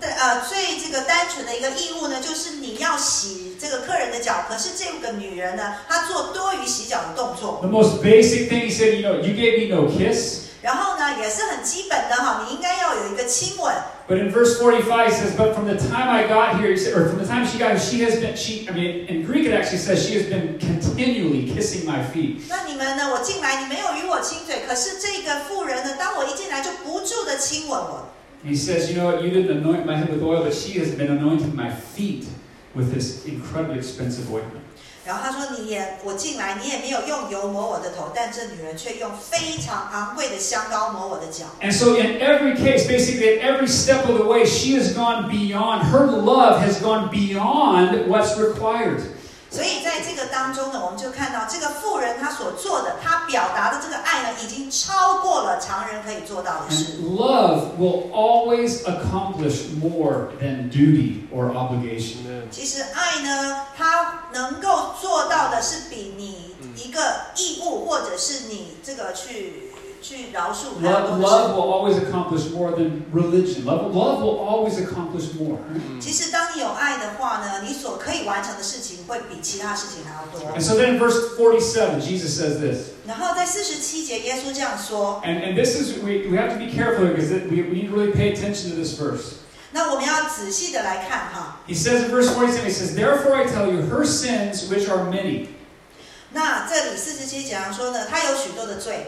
B: 的呃最这个单纯的一个义务呢，就是你要洗这个客人的脚。可是这个女人呢，她做多于洗脚的动作，
A: The most basic thing he said, you know, you gave me no kiss.
B: 然后呢，也是很基本的哈，你应该要有一个亲吻。
A: But in verse 45, he says, but from the time I got here, he said, or from the time she got here, she has been, she, I mean, in Greek it actually says she has been continually kissing my feet.
B: 那你们呢？我进来，你没有与我亲嘴，可是这个妇人呢，当我一进来就不住的亲吻我。
A: And he says, you know what, you didn't anoint my head with oil, but she has been anointing my feet with this incredibly expensive ointment.
B: 然后他说：“你也，我进来，你也没有用油抹我的头，但这女人却用非常昂贵的香膏抹我的脚。
A: And so, in every case, basically at every step of the way, she has gone beyond, her love has gone beyond what's required. ”
B: 所以在这个当中呢，我们就看到这个妇人她所做的，她表达的这个爱呢，已经超过了常人可以做到的事。
A: And love will always accomplish more than duty or obligation.
B: 其实爱呢，它能够做到的是比你一个义务或者是你这个去去饶恕还要
A: Love,
B: 多的事
A: love。will always accomplish more than religion. Love, love will always accomplish more.
B: 其实当你有爱的话呢，你所可以完成的事情会比其他事情还要多。
A: And so then, in verse 47, Jesus says this.
B: 然后在四十七节，耶稣这样说
A: And, and this is, we, we have to be careful because it- we, we need to really pay attention to this verse.：“
B: 那我们要仔细的来看哈。
A: He says in verse 47, he says, Therefore I tell you, her sins, which are many.
B: 那这里四十七节上说呢，她有许多的罪。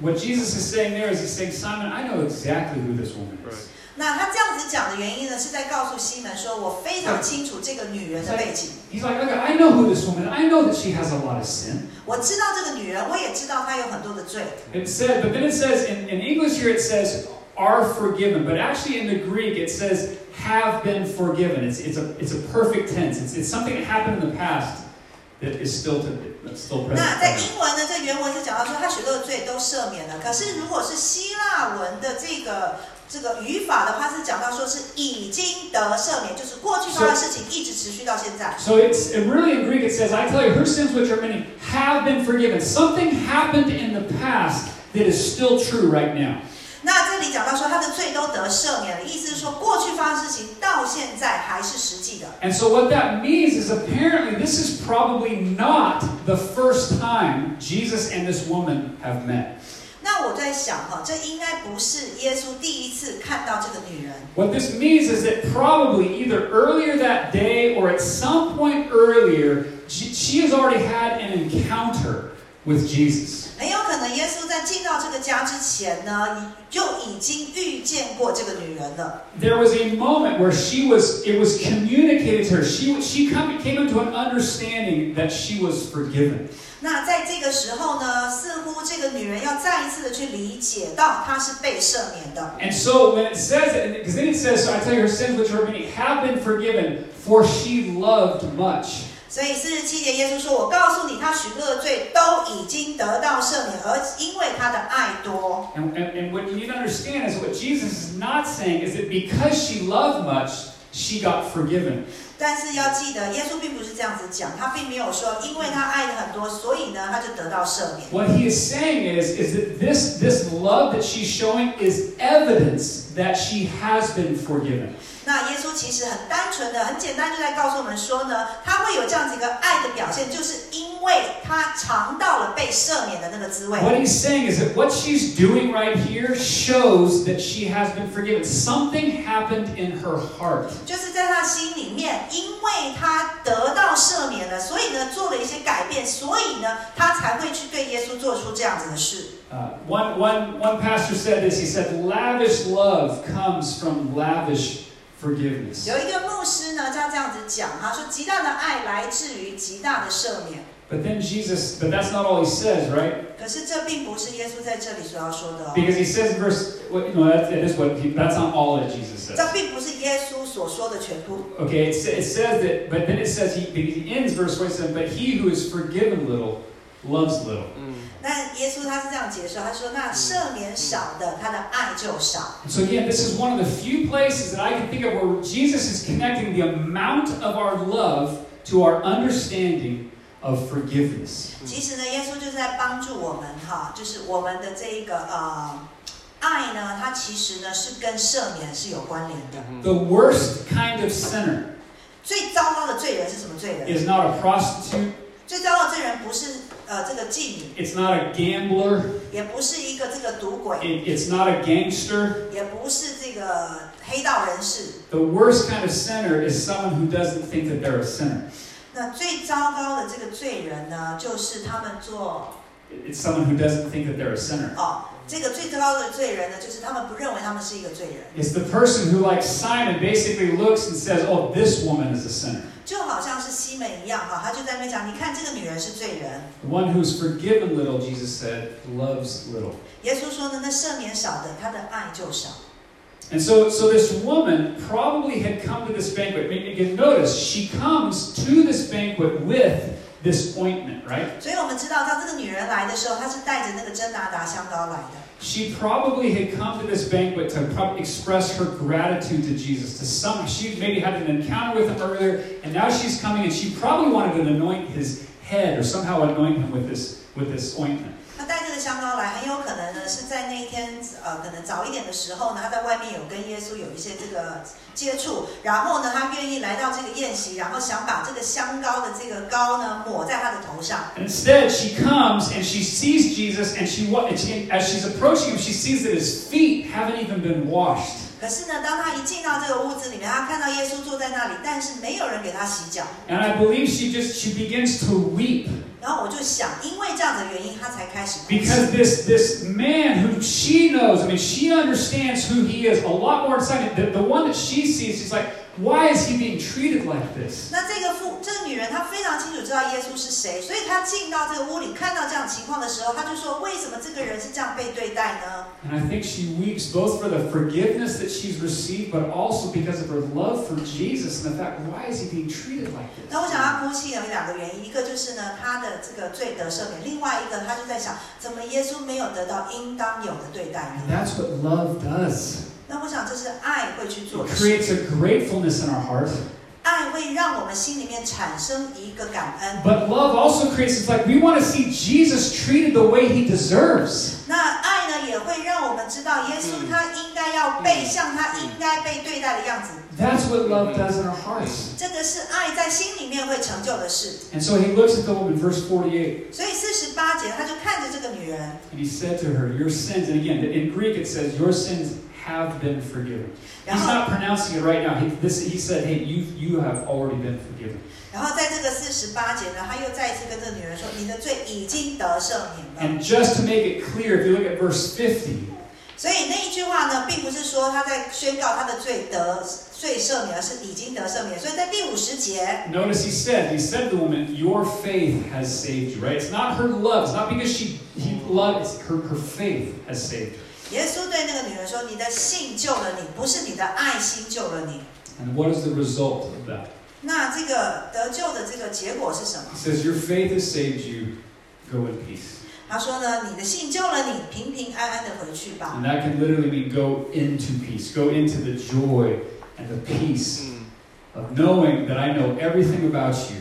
A: What Jesus is saying there is he's saying, Simon, I know exactly who this woman is.
B: 那他这样子讲的原因呢，是在告诉西门说，我非常清楚这个女人的背景，
A: He's like, okay, I know who this woman is. I know that she has a lot of sin.
B: 我知道这个女人，我也知道她有很多的罪。
A: It said, but then it says, in, in English here it says, are forgiven. But actually in the Greek it says, have been forgiven. It's, it's, a, it's a perfect tense. It's, it's something that happened in the past that is still to, that's still
B: 那在
A: present.
B: 英文的这原文是讲到说，他许多的罪都赦免了。可是如果是希腊文的这个这个语法的话，是讲到说是已经得赦免，就是过去发生的事情一直持续到现在。
A: So it's it really in Greek it says, I tell you, her sins which are many have been forgiven. Something happened in the past that is still true right now.
B: 那这里讲到说他的罪都得赦免了，意思是说过去发生的事情到现在还是实际的。
A: And so what that means is apparently this is probably not the first time Jesus and this woman have met.
B: 那我在想哈、这应该不是耶稣第一次看到这个女人。
A: What this means is that probably either earlier that day or at some point earlier, she- she has already had an encounter with Jesus.
B: 很有可能耶稣在进到这个家之前呢，就已经遇见过这个女人了。
A: There was a moment where she was, it was communicated to her. She, she come, came into an understanding that she was forgiven.
B: 那在这个时候呢，似乎这个女人要再一次的去理解到她是被赦免的。
A: And so when it says, because then it says, so I tell you, her sins which are many have been forgiven, for she loved much.
B: 所以四十七节，耶稣说：“我告诉你，她许多的罪都已经得到赦免，而因为她的爱多。
A: And, and, and what you need to understand is what Jesus is not saying is that because she loved much, she got forgiven. ”
B: 但是要记得，耶稣并不是这样子讲，他并没有说，因为他爱的很多，所以呢，他就得到赦免。
A: What he is saying is, is that this, this love that she's showing is evidence that she has been forgiven.
B: 那耶稣其实很单纯的、很简单，就在告诉我们说呢，他会有这样子一个爱的表现，就是因为他尝到了被赦免的那个滋味。
A: What he's saying is that what she's doing right here shows that she has been forgiven. Something happened in her heart.
B: 就是在他心里面，因为他得到赦免了，所以呢做了一些改变，所以呢他才会去对耶稣做出这样子的事。
A: Uh, one, one, one pastor said this. He said, lavish love comes from lavish forgiveness.
B: 有一个牧师呢，他这样子讲，他说极大的爱来自于极大的赦免。
A: But then Jesus, but that's not all he says, right?
B: 可是这并不是耶稣在这里所要说的哦，
A: Because he says in verse, well, you know, that, that is what, he, that's not all that Jesus says.
B: 这并不是耶稣所说的全部。
A: Okay, it, sa- it says that, but then it says he, he ends verse 27, but he who is forgiven little loves little.
B: 但耶稣他是这样解释，他说：“那赦免少的，他的爱就少。
A: And so again, this is one of the few places that I can think of where Jesus is connecting the amount of our love to our understanding of forgiveness. ”
B: 其实呢，耶稣就是在帮助我们哈，就是我们的这一个呃爱呢，它其实呢是跟赦免是有关联的。
A: The worst kind of sinner
B: 最糟糕的罪人是什么罪人？
A: is not a prostitute,
B: 最糟糕的罪人不是呃这个妓女，
A: it's not a gambler,
B: 也不是一个这个赌鬼，
A: it, it's not a gangster.
B: 也不是这个黑道人士。
A: The worst kind of sinner is someone who doesn't think that they're a sinner.
B: 那最糟糕的这个罪人呢，就是他们做
A: It's someone who doesn't think that they're a sinner.
B: 哦，这个最高的罪人呢，就是他们不认为他们是一个罪人，
A: It's the person who, like Simon, basically looks and says, Oh, this woman is a sinner.
B: 就好像是西门一样哈，他就在那边讲，你看这个女人是罪人。
A: The one who's forgiven little, Jesus said, loves little.
B: 耶稣说呢，那赦免少的，他的爱就少。
A: And so, so this woman probably had come to this banquet. Maybe again, notice she comes to this banquet with this ointment, right?
B: 所以我们知道，当这个女人来的时候，她是带着那个真达达香膏来的。
A: She probably had come to this banquet to prob- express her gratitude to Jesus. To some, she maybe had an encounter with him earlier, and now she's coming, and she probably wanted to anoint his head or somehow anoint him with this with this ointment.
B: 她带这个香膏来，很有可能呢是在那一天，呃，可能早一点的时候呢，她在外面有跟耶稣有一些这个接触，然后呢，她愿意来到这个宴席，然后想把这个香膏的这个膏呢抹在她的头上。
A: Instead, she comes and she sees Jesus, and she, wa- and she as she's approaching him, she sees that his feet haven't even been washed.
B: 可是呢，当他一进到这个屋子里面，他看到耶稣坐在那里，但是没有人给他洗脚。
A: And I believe she just she begins to weep
B: 然后我就想，因为这样的原因，他才开始哭
A: because
B: 泣。
A: this this man who she knows, I mean, she understands who he is a lot more excited. The, the one that she sees, she's like, Why is he being treated like this?
B: 那这个妇这个女人她非常清楚知道耶稣是谁，所以她进到这个屋里看到这样情况的时候，她就说：为什么这个人是这样被对待呢？
A: And I think she weeps both for the forgiveness that she's received, but also because of her love for Jesus and the fact, why is he being treated like this?
B: 那我想她哭泣有两个原因，一个就是呢她的这个罪得赦免，另外一个她就在想，怎么耶稣没有得到应当有的对待
A: And
B: 呢？
A: that's what love does.
B: 那我想这是爱会去
A: It
B: 做的事，
A: creates a gratefulness in our heart.
B: 爱会让我们心里面产生一个感恩。
A: But love also creates, it's like we want to see Jesus treated the way he deserves.
B: 那爱呢也会让我们知道耶稣他应该要被像他应该被对待的样子。
A: That's what love does in our hearts.
B: 这个是爱在心里面会成就的事。
A: And so he looks at the woman, verse 48,
B: 所以四十八节，他就看着这个女人，
A: and he said to her, Your sins, and again, in Greek it says, Your sins have been forgiven.
B: 然
A: He's
B: 后，
A: not pronouncing it right now. He, this, he said, Hey, you, you have already been forgiven.
B: 然后在这个四十八节呢，他又再一次跟这个女人说：“你的罪已经得赦免了。
A: And just to make it clear, if you look at verse 50, ”
B: 所以那一句话呢，并不是说他在宣告他的罪得罪赦免，而是已经得赦免。所以在第五十节，
A: notice he said, He said to the woman, Your faith has saved you, right? It's not her love. It's not because she he loved, it's her, her faith has saved her.
B: 耶稣对那个女人说：“你的信救了你，不是你的爱心救了你。
A: And what is the result of that? ”
B: 那这个得救的这个结果是什么
A: He？says, Your faith has saved you. Go in peace.
B: 他说呢：“你的信救了你，平平安安的回去吧。”
A: And that can literally mean go into peace, go into the joy and the peace of knowing that I know everything about you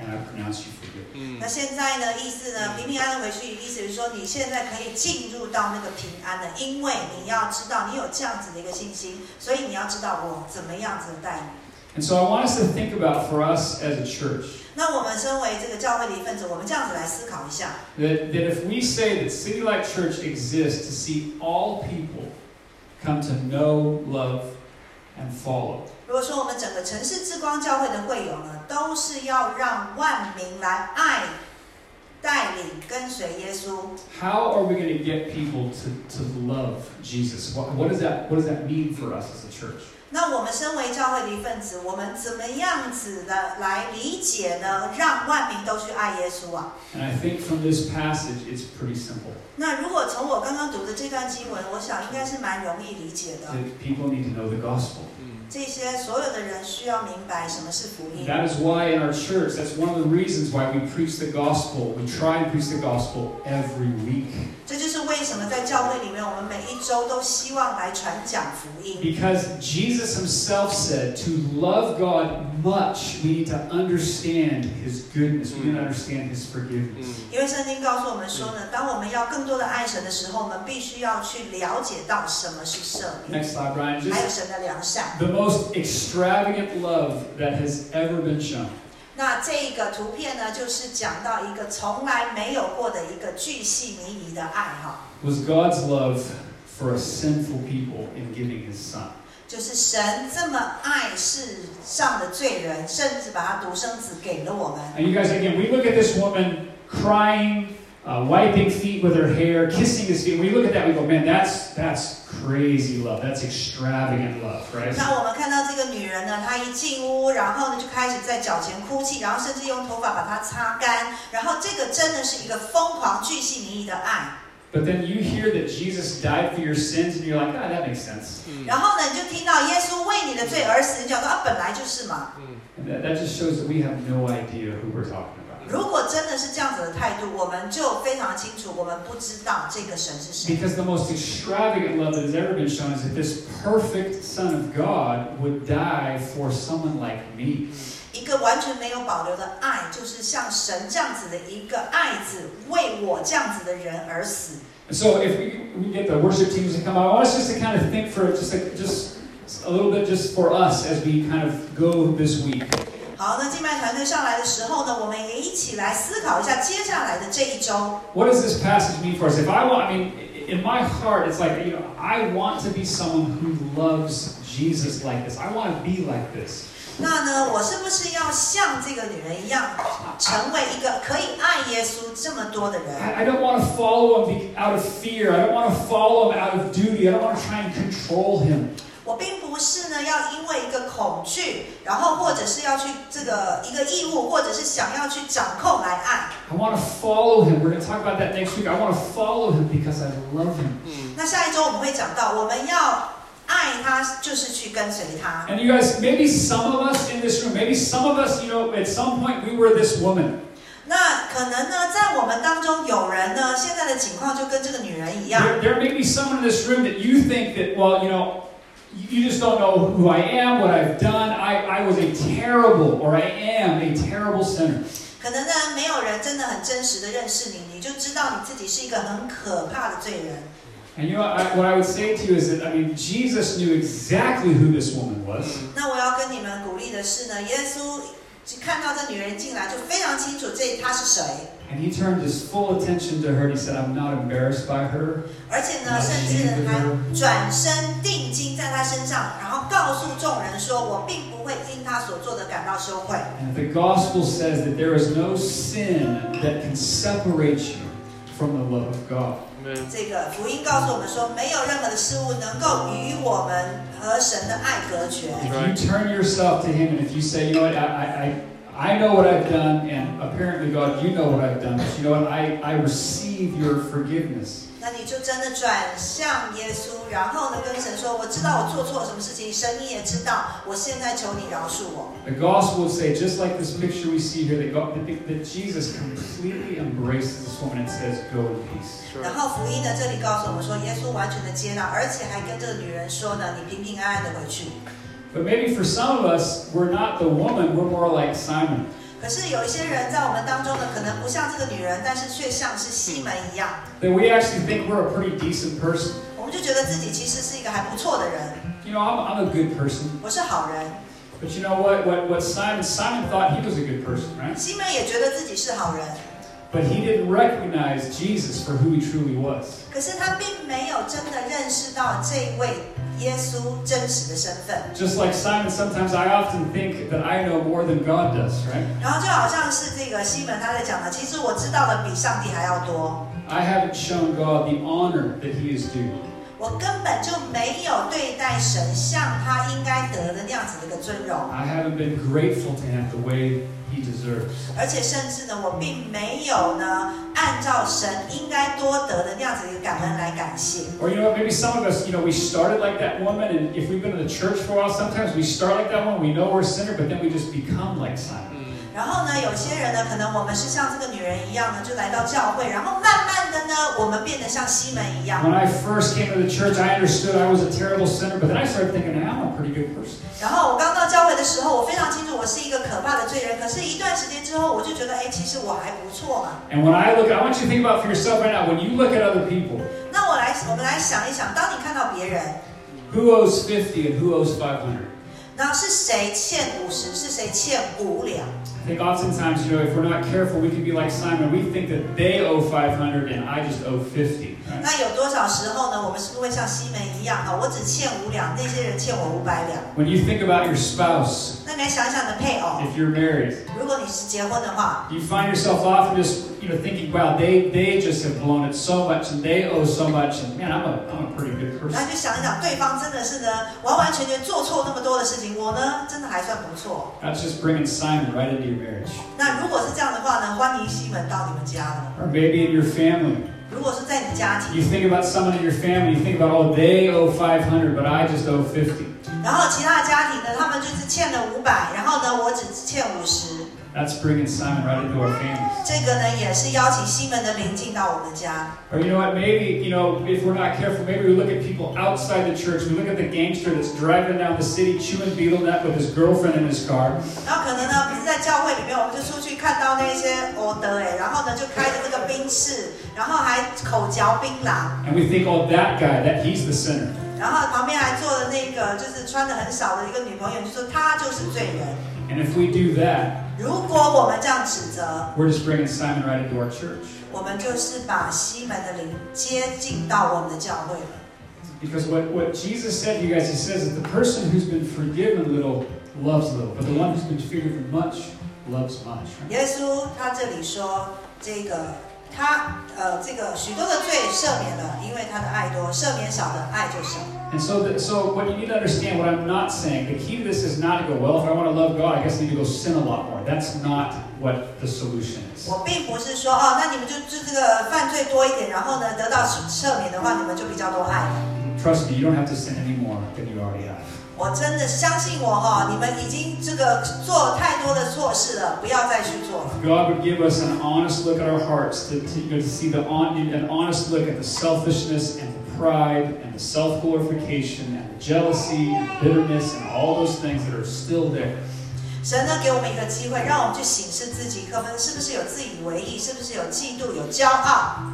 A: and I pronounce you forgiven.
B: 那现在呢？意思呢？平平安安回去，意思是说你现在可以进入到那个平安了，因为你要知道你有这样子的一个信心，所以你要知道我怎么样子待你。
A: And so I want us to think about for us as a church
B: 那我们身为这个教会的一份子，我们这样子来思考一下：
A: that, that if we say that City Light Church exists to see all people come to know, love, and follow,
B: 如果说我们整个城市之光教会的会友呢，都是要让万民来爱、带领、跟随耶稣，
A: how are we going to get people to, to love Jesus? What, what, does that, what does that mean for us as a church?
B: 那我们身为教会的一份子，我们怎么样子的来理解呢？让万民都去爱耶稣啊！
A: And I think from this passage, it's pretty simple
B: 那如果从我刚刚读的这段经文，我想应该是蛮容易理解的。
A: that people need to know the gospel.
B: 这些所有的人需要明白什么是福音。
A: That is why in our church, that's one of the reasons why we preach the gospel. We try and preach the gospel every week.
B: 这就是为什么在教会里面，我们每一周都希望来传讲福音。
A: Because Jesus himself said to love God much, we need to understand his goodness. We need to understand his forgiveness.
B: 因为圣经告诉我们说呢，当我们要更多的爱神的时候，我们必须要去了解到什么是赦免，
A: Next slide, Brian.
B: 还有
A: Just
B: 神的良善。
A: the most extravagant love that has ever been shown.
B: 那这个图片呢，就是讲到一个从来没有过的一个巨细靡遗的爱哈。
A: Was God's love for a sinful people in giving his son.
B: 就是神这么爱世上的罪人，甚至把他独生子给了我们。
A: And you guys, again, we look at this woman crying, uh, wiping feet with her hair, kissing his feet. We look at that, we go, man, that's that's crazy love. That's extravagant love, right?
B: 那我们看到这个女人呢，她一进屋，然后呢就开始在脚前哭泣，然后甚至用头发把它擦干，然后这个真的是一个疯狂巨细靡遗的爱。
A: But then you hear that Jesus died for your sins, and you're like, ah, that makes sense.
B: 然后呢，你就听到耶稣为你的罪而死，你讲说啊，本来就是嘛。
A: And that, that just shows that we have no idea who we're talking about.
B: 如果真的是这样子的态度，我们就非常清楚，我们不知道这个神是谁。
A: Because the most extravagant love that has ever been shown is that this perfect Son of God would die for someone like me.
B: 一个完全没有保留的爱，就是像神这样子的一个爱子，为我这样子的人而死。
A: And so if we, we get the worship teams to come out, I want us just to kind of think for just a, just a little bit just for us as we kind of go this week.
B: 好，那敬拜团队上来的时候呢，我们也一起来思考一下接下来的这一周。
A: What does this passage mean for us? If I want, I mean, in my heart, it's like, you know, I want to be someone who loves Jesus like this. I want to be like this.
B: 那呢，我是不是要像这个女人一样，成为一个可以爱耶稣这么多的人？
A: I, I don't want to follow him be- out of fear. I don't want to follow him out of duty. I don't want to try and control him.
B: 我并不是呢要因为一个恐惧，然后或者是要去这个一个义务，或者是想要去掌控来爱。
A: I want to follow him. We're going to talk about that next week. I want to follow him because I love him.
B: 那下一周我们会讲到，我们要爱他，就是去跟随他。
A: And you guys, maybe some of us in this room, maybe some of us, you know, at some point we were this woman.
B: 那可能呢，在我们当中有人呢，现在的情况就跟这个女人一样。
A: There, there may be someone in this room that you think that, well, you know, you you just don't know who I am, what I've done. I, I was a terrible, or I am a terrible sinner.
B: 可能呢，没有人真的很真实的认识你，你就知道你自己是一个很可怕的罪人。
A: And you know, I, what I would say to you is that, I mean, Jesus knew exactly who this woman was.
B: 那我要跟你们鼓励的是呢，耶稣看到这女人进来，就非常清楚这她是谁，
A: And he turned his full attention to her and he said, I'm not embarrassed by her.
B: 而且呢，甚至呢还转身定睛在她身上，然后告诉众人说：“我并不会因她所做的感到羞愧。
A: And the gospel says that there is no sin that can separate you from the love of God. ”
B: 这个福音告诉我们说，没有任何的事物能够与我们和神的爱隔绝。
A: If you turn yourself to him and if you say, you know what, I, I, I, I know what I've done, and apparently, God, you know what I've done, but you know what, I, I receive your forgiveness.
B: 那你就真的转向耶稣，然后呢跟神说：“我知道我做错了什么事情，神你也知道，我现在求你饶恕我。
A: The gospel would say, just like this picture we see here, that, God, that, that Jesus completely embraces this woman and says, go in peace. ”
B: 然后福音呢这里告诉我们说，耶稣完全的接纳，而且还跟这个女人说呢：“你平平安安的回去。
A: But maybe for some of us, we're not the woman, we're more like Simon. ”
B: 可是有一些人在我们当中呢，可能不像这个女人，但是却像是西门一样，
A: That we actually think we're a pretty decent person.
B: 我们就觉得自己其实是一个还不错的人，
A: You know, I'm, I'm a good person.
B: 我是好人。
A: But you know what? What, what Simon, Simon thought he was a good person, right?
B: 西门也觉得自己是好人，
A: But he didn't recognize Jesus for who he truly was.
B: 可是他并没有真的认识到这位耶稣真实的身份。
A: Just like Simon, sometimes I often think that I know more than God does, right?
B: 然后就好像是这个西门他在讲的，其实我知道的比上帝还要多，
A: I haven't shown God the honor that he is due.
B: 我根本就没有对待神像他应该得的那样子的一个尊荣，
A: I haven't been grateful to him the way he deserves.
B: 而且甚至呢，我并没有呢按照神应该多得的那样子的一个感恩来感谢。
A: Or you know what, maybe some of us, you know, we started like that woman, and if we've been in the church for a while, sometimes we start like that woman, we know we're a sinner, but then we just become like Simon.
B: 然后呢，有些人呢，可能我们是像这个女人一样呢，就来到教会，然后慢慢的呢，我们变得像西门一样。
A: When I first came to the church, I understood I was a terrible sinner, but then I started thinking, "Hey, I'm a pretty good person.
B: 然后我刚到教会的时候，我非常清楚我是一个可怕的罪人，可是，一段时间之后，我就觉得，哎，其实我还不错嘛。
A: And when I look, I want you to think about for yourself right now, when you look at other people,
B: 那我来，我们来想一想，当你看到别人，
A: who owes 50 and who owes 500?
B: 然后是谁欠五十，是谁欠五两？
A: I think oftentimes, you know, if we're not careful, we can be like Simon. We think that they owe 500 and I just owe 50. right?
B: 那有多少时候呢？我们是不是会像西门一样啊？我只欠五两，那些人欠我五百两。
A: When you think about your spouse,
B: 那你来想一想你的配偶，
A: if you're married,
B: 如果你是结婚的话，
A: You find yourself often just, you know, thinking, wow, they, they just have blown it so much and they owe so much and man, I'm a, I'm a pretty good
B: 那
A: person.
B: 就想一想，对方真的是呢，完完全全做错那么多的事情，我呢真的还算不错。
A: That's just bringing Simon right into your marriage.
B: 那如果是这样的话呢，欢迎西门到你们家了。
A: Or maybe in your family.
B: 如果是在你家庭，
A: You think about someone in your family, you think about, oh, they owe 500, but I just owe 50.
B: 然后其他的家庭呢，他们就是欠了五百，然后呢我只欠五十。
A: That's bringing Simon right into our families.
B: 这个呢，也是邀请西门的邻近到我们家。
A: Or you know what, maybe, you know, if we're not careful, maybe we look at people outside the church. We look at the gangster that's driving down the city chewing beetle nut with his girlfriend in his car.
B: 然后可能呢，不是在教会里面，我们就出去看到那些欧德哎，然后呢就开着那个冰室，然后还口嚼槟榔，
A: And we think, oh, that guy, that he's the sinner.
B: 然后旁边还坐的那个就是穿的很少的一个女朋友，就说她就是罪人。
A: And if we do that,
B: 如果我们这样指责，
A: we're just bringing Simon right into our church.
B: 我们就是把西门的灵接近到我们的教会了。
A: Because what, what Jesus said, you guys, he says that the person who's been forgiven little loves little, but the one who's been forgiven much loves much. Right?
B: 耶稣他这里说，这个他呃这个许多的罪赦免了，因为他的爱多；赦免少的爱就少。
A: And so, the, so what you need to understand, what I'm not saying, the key to this is not to go, well, if I want to love God, I guess I need to go sin a lot more. That's not what the solution is.
B: 我并不是说哦，那你们就就这个犯罪多一点，然后呢得到赦免的话，你们就比较多爱了。
A: Trust me, you don't have to sin any more than you already have.
B: 我真的相信我哈、你们已经这个做太多的错事了，不要再去做了。
A: God would give us an honest look at our hearts to, to, you know, to see the on, an honest look at the selfishness and the pride and the self glorification and the jealousy and bitterness and all those things that are still there.
B: 神呢给我们一个机会，让我们去审视自己，可能是不是有自以为意，是不是有嫉妒、有骄傲。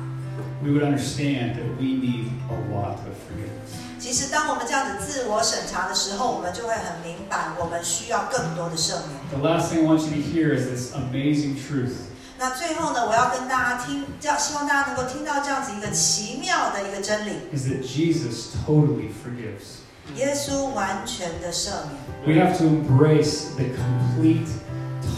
A: We would understand that we need a lot of forgiveness.
B: 其实当我们这样子自我审查的时候，我们就会很明白，我们需要更多的赦免。
A: The last thing I want you to hear is this amazing truth
B: 那最后呢，我要跟大家听，这样希望大家能够听到这样子一个奇妙的一个真理：
A: is that Jesus totally forgives.
B: 耶稣完全的赦免。
A: We have to embrace the complete,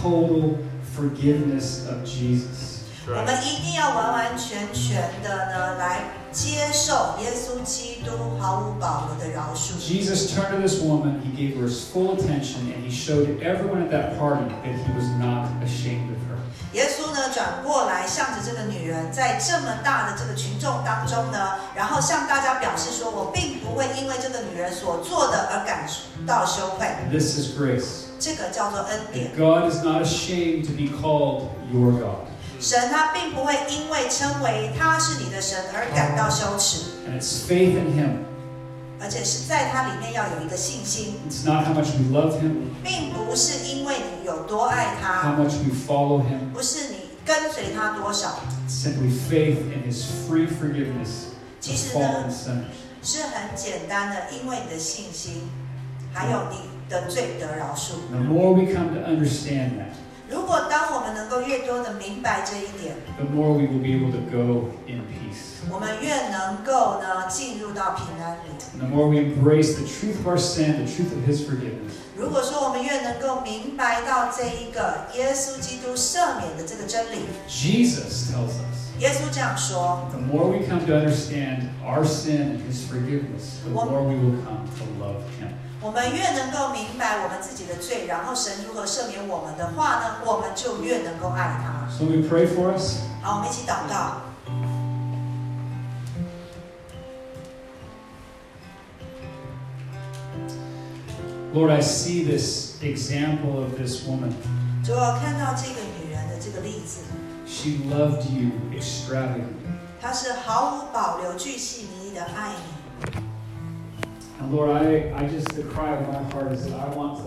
A: total forgiveness of Jesus.
B: 我们一定要完完全全的呢来接受耶稣基督毫无保留的饶恕。
A: Jesus turned to this woman, he gave her his full attention, and he showed everyone at that party that he was not ashamed of her.
B: 耶稣呢转过来，向着这个女人，在这么大的这个群众当中呢，然后向大家表示说：“我并不会因为这个女人所做的而感到羞愧。
A: And this is grace. ”
B: 这个叫做恩典。
A: That God is not ashamed to be called your God.
B: 神他并不会因为称为他是你的神而感到羞耻，
A: And it's faith in him.
B: 而且是在他里面要有一个信心，
A: It's not how much we love him,
B: 并不是因为你有多爱他
A: how，much we follow him.
B: 不是你跟随他多少，
A: It's simply faith in his free forgiveness of
B: 其实呢
A: fallen sinners.
B: 是很简单的，因为你的信心，还有你的罪得饶恕。
A: The more we come to understand that,
B: 如果当我们能够越多的明白这一点，
A: the more we will be able to go in peace.
B: 我们越能够呢进入到平安里。
A: And the more we embrace the truth of our sin, the truth of His forgiveness,
B: 如果说我们越能够明白到这一个耶稣基督赦免的这个真理，
A: Jesus tells us
B: 耶稣这样说。
A: the more we come to understand our sin and His forgiveness, the
B: Well-
A: more we will come to love Him.
B: 我们越能够明白我们自己的罪，然后神如何赦免我们的话呢，我们就越能够爱他。
A: So we pray for us.
B: 好，我们一起祷告。
A: Lord, I see this example of this woman.
B: 主要看到这个女人的这个例子，
A: She loved you extravagantly.
B: 她是毫无保留、巨细靡遗的爱你。
A: And Lord, I, I just, the cry of my heart is that I want to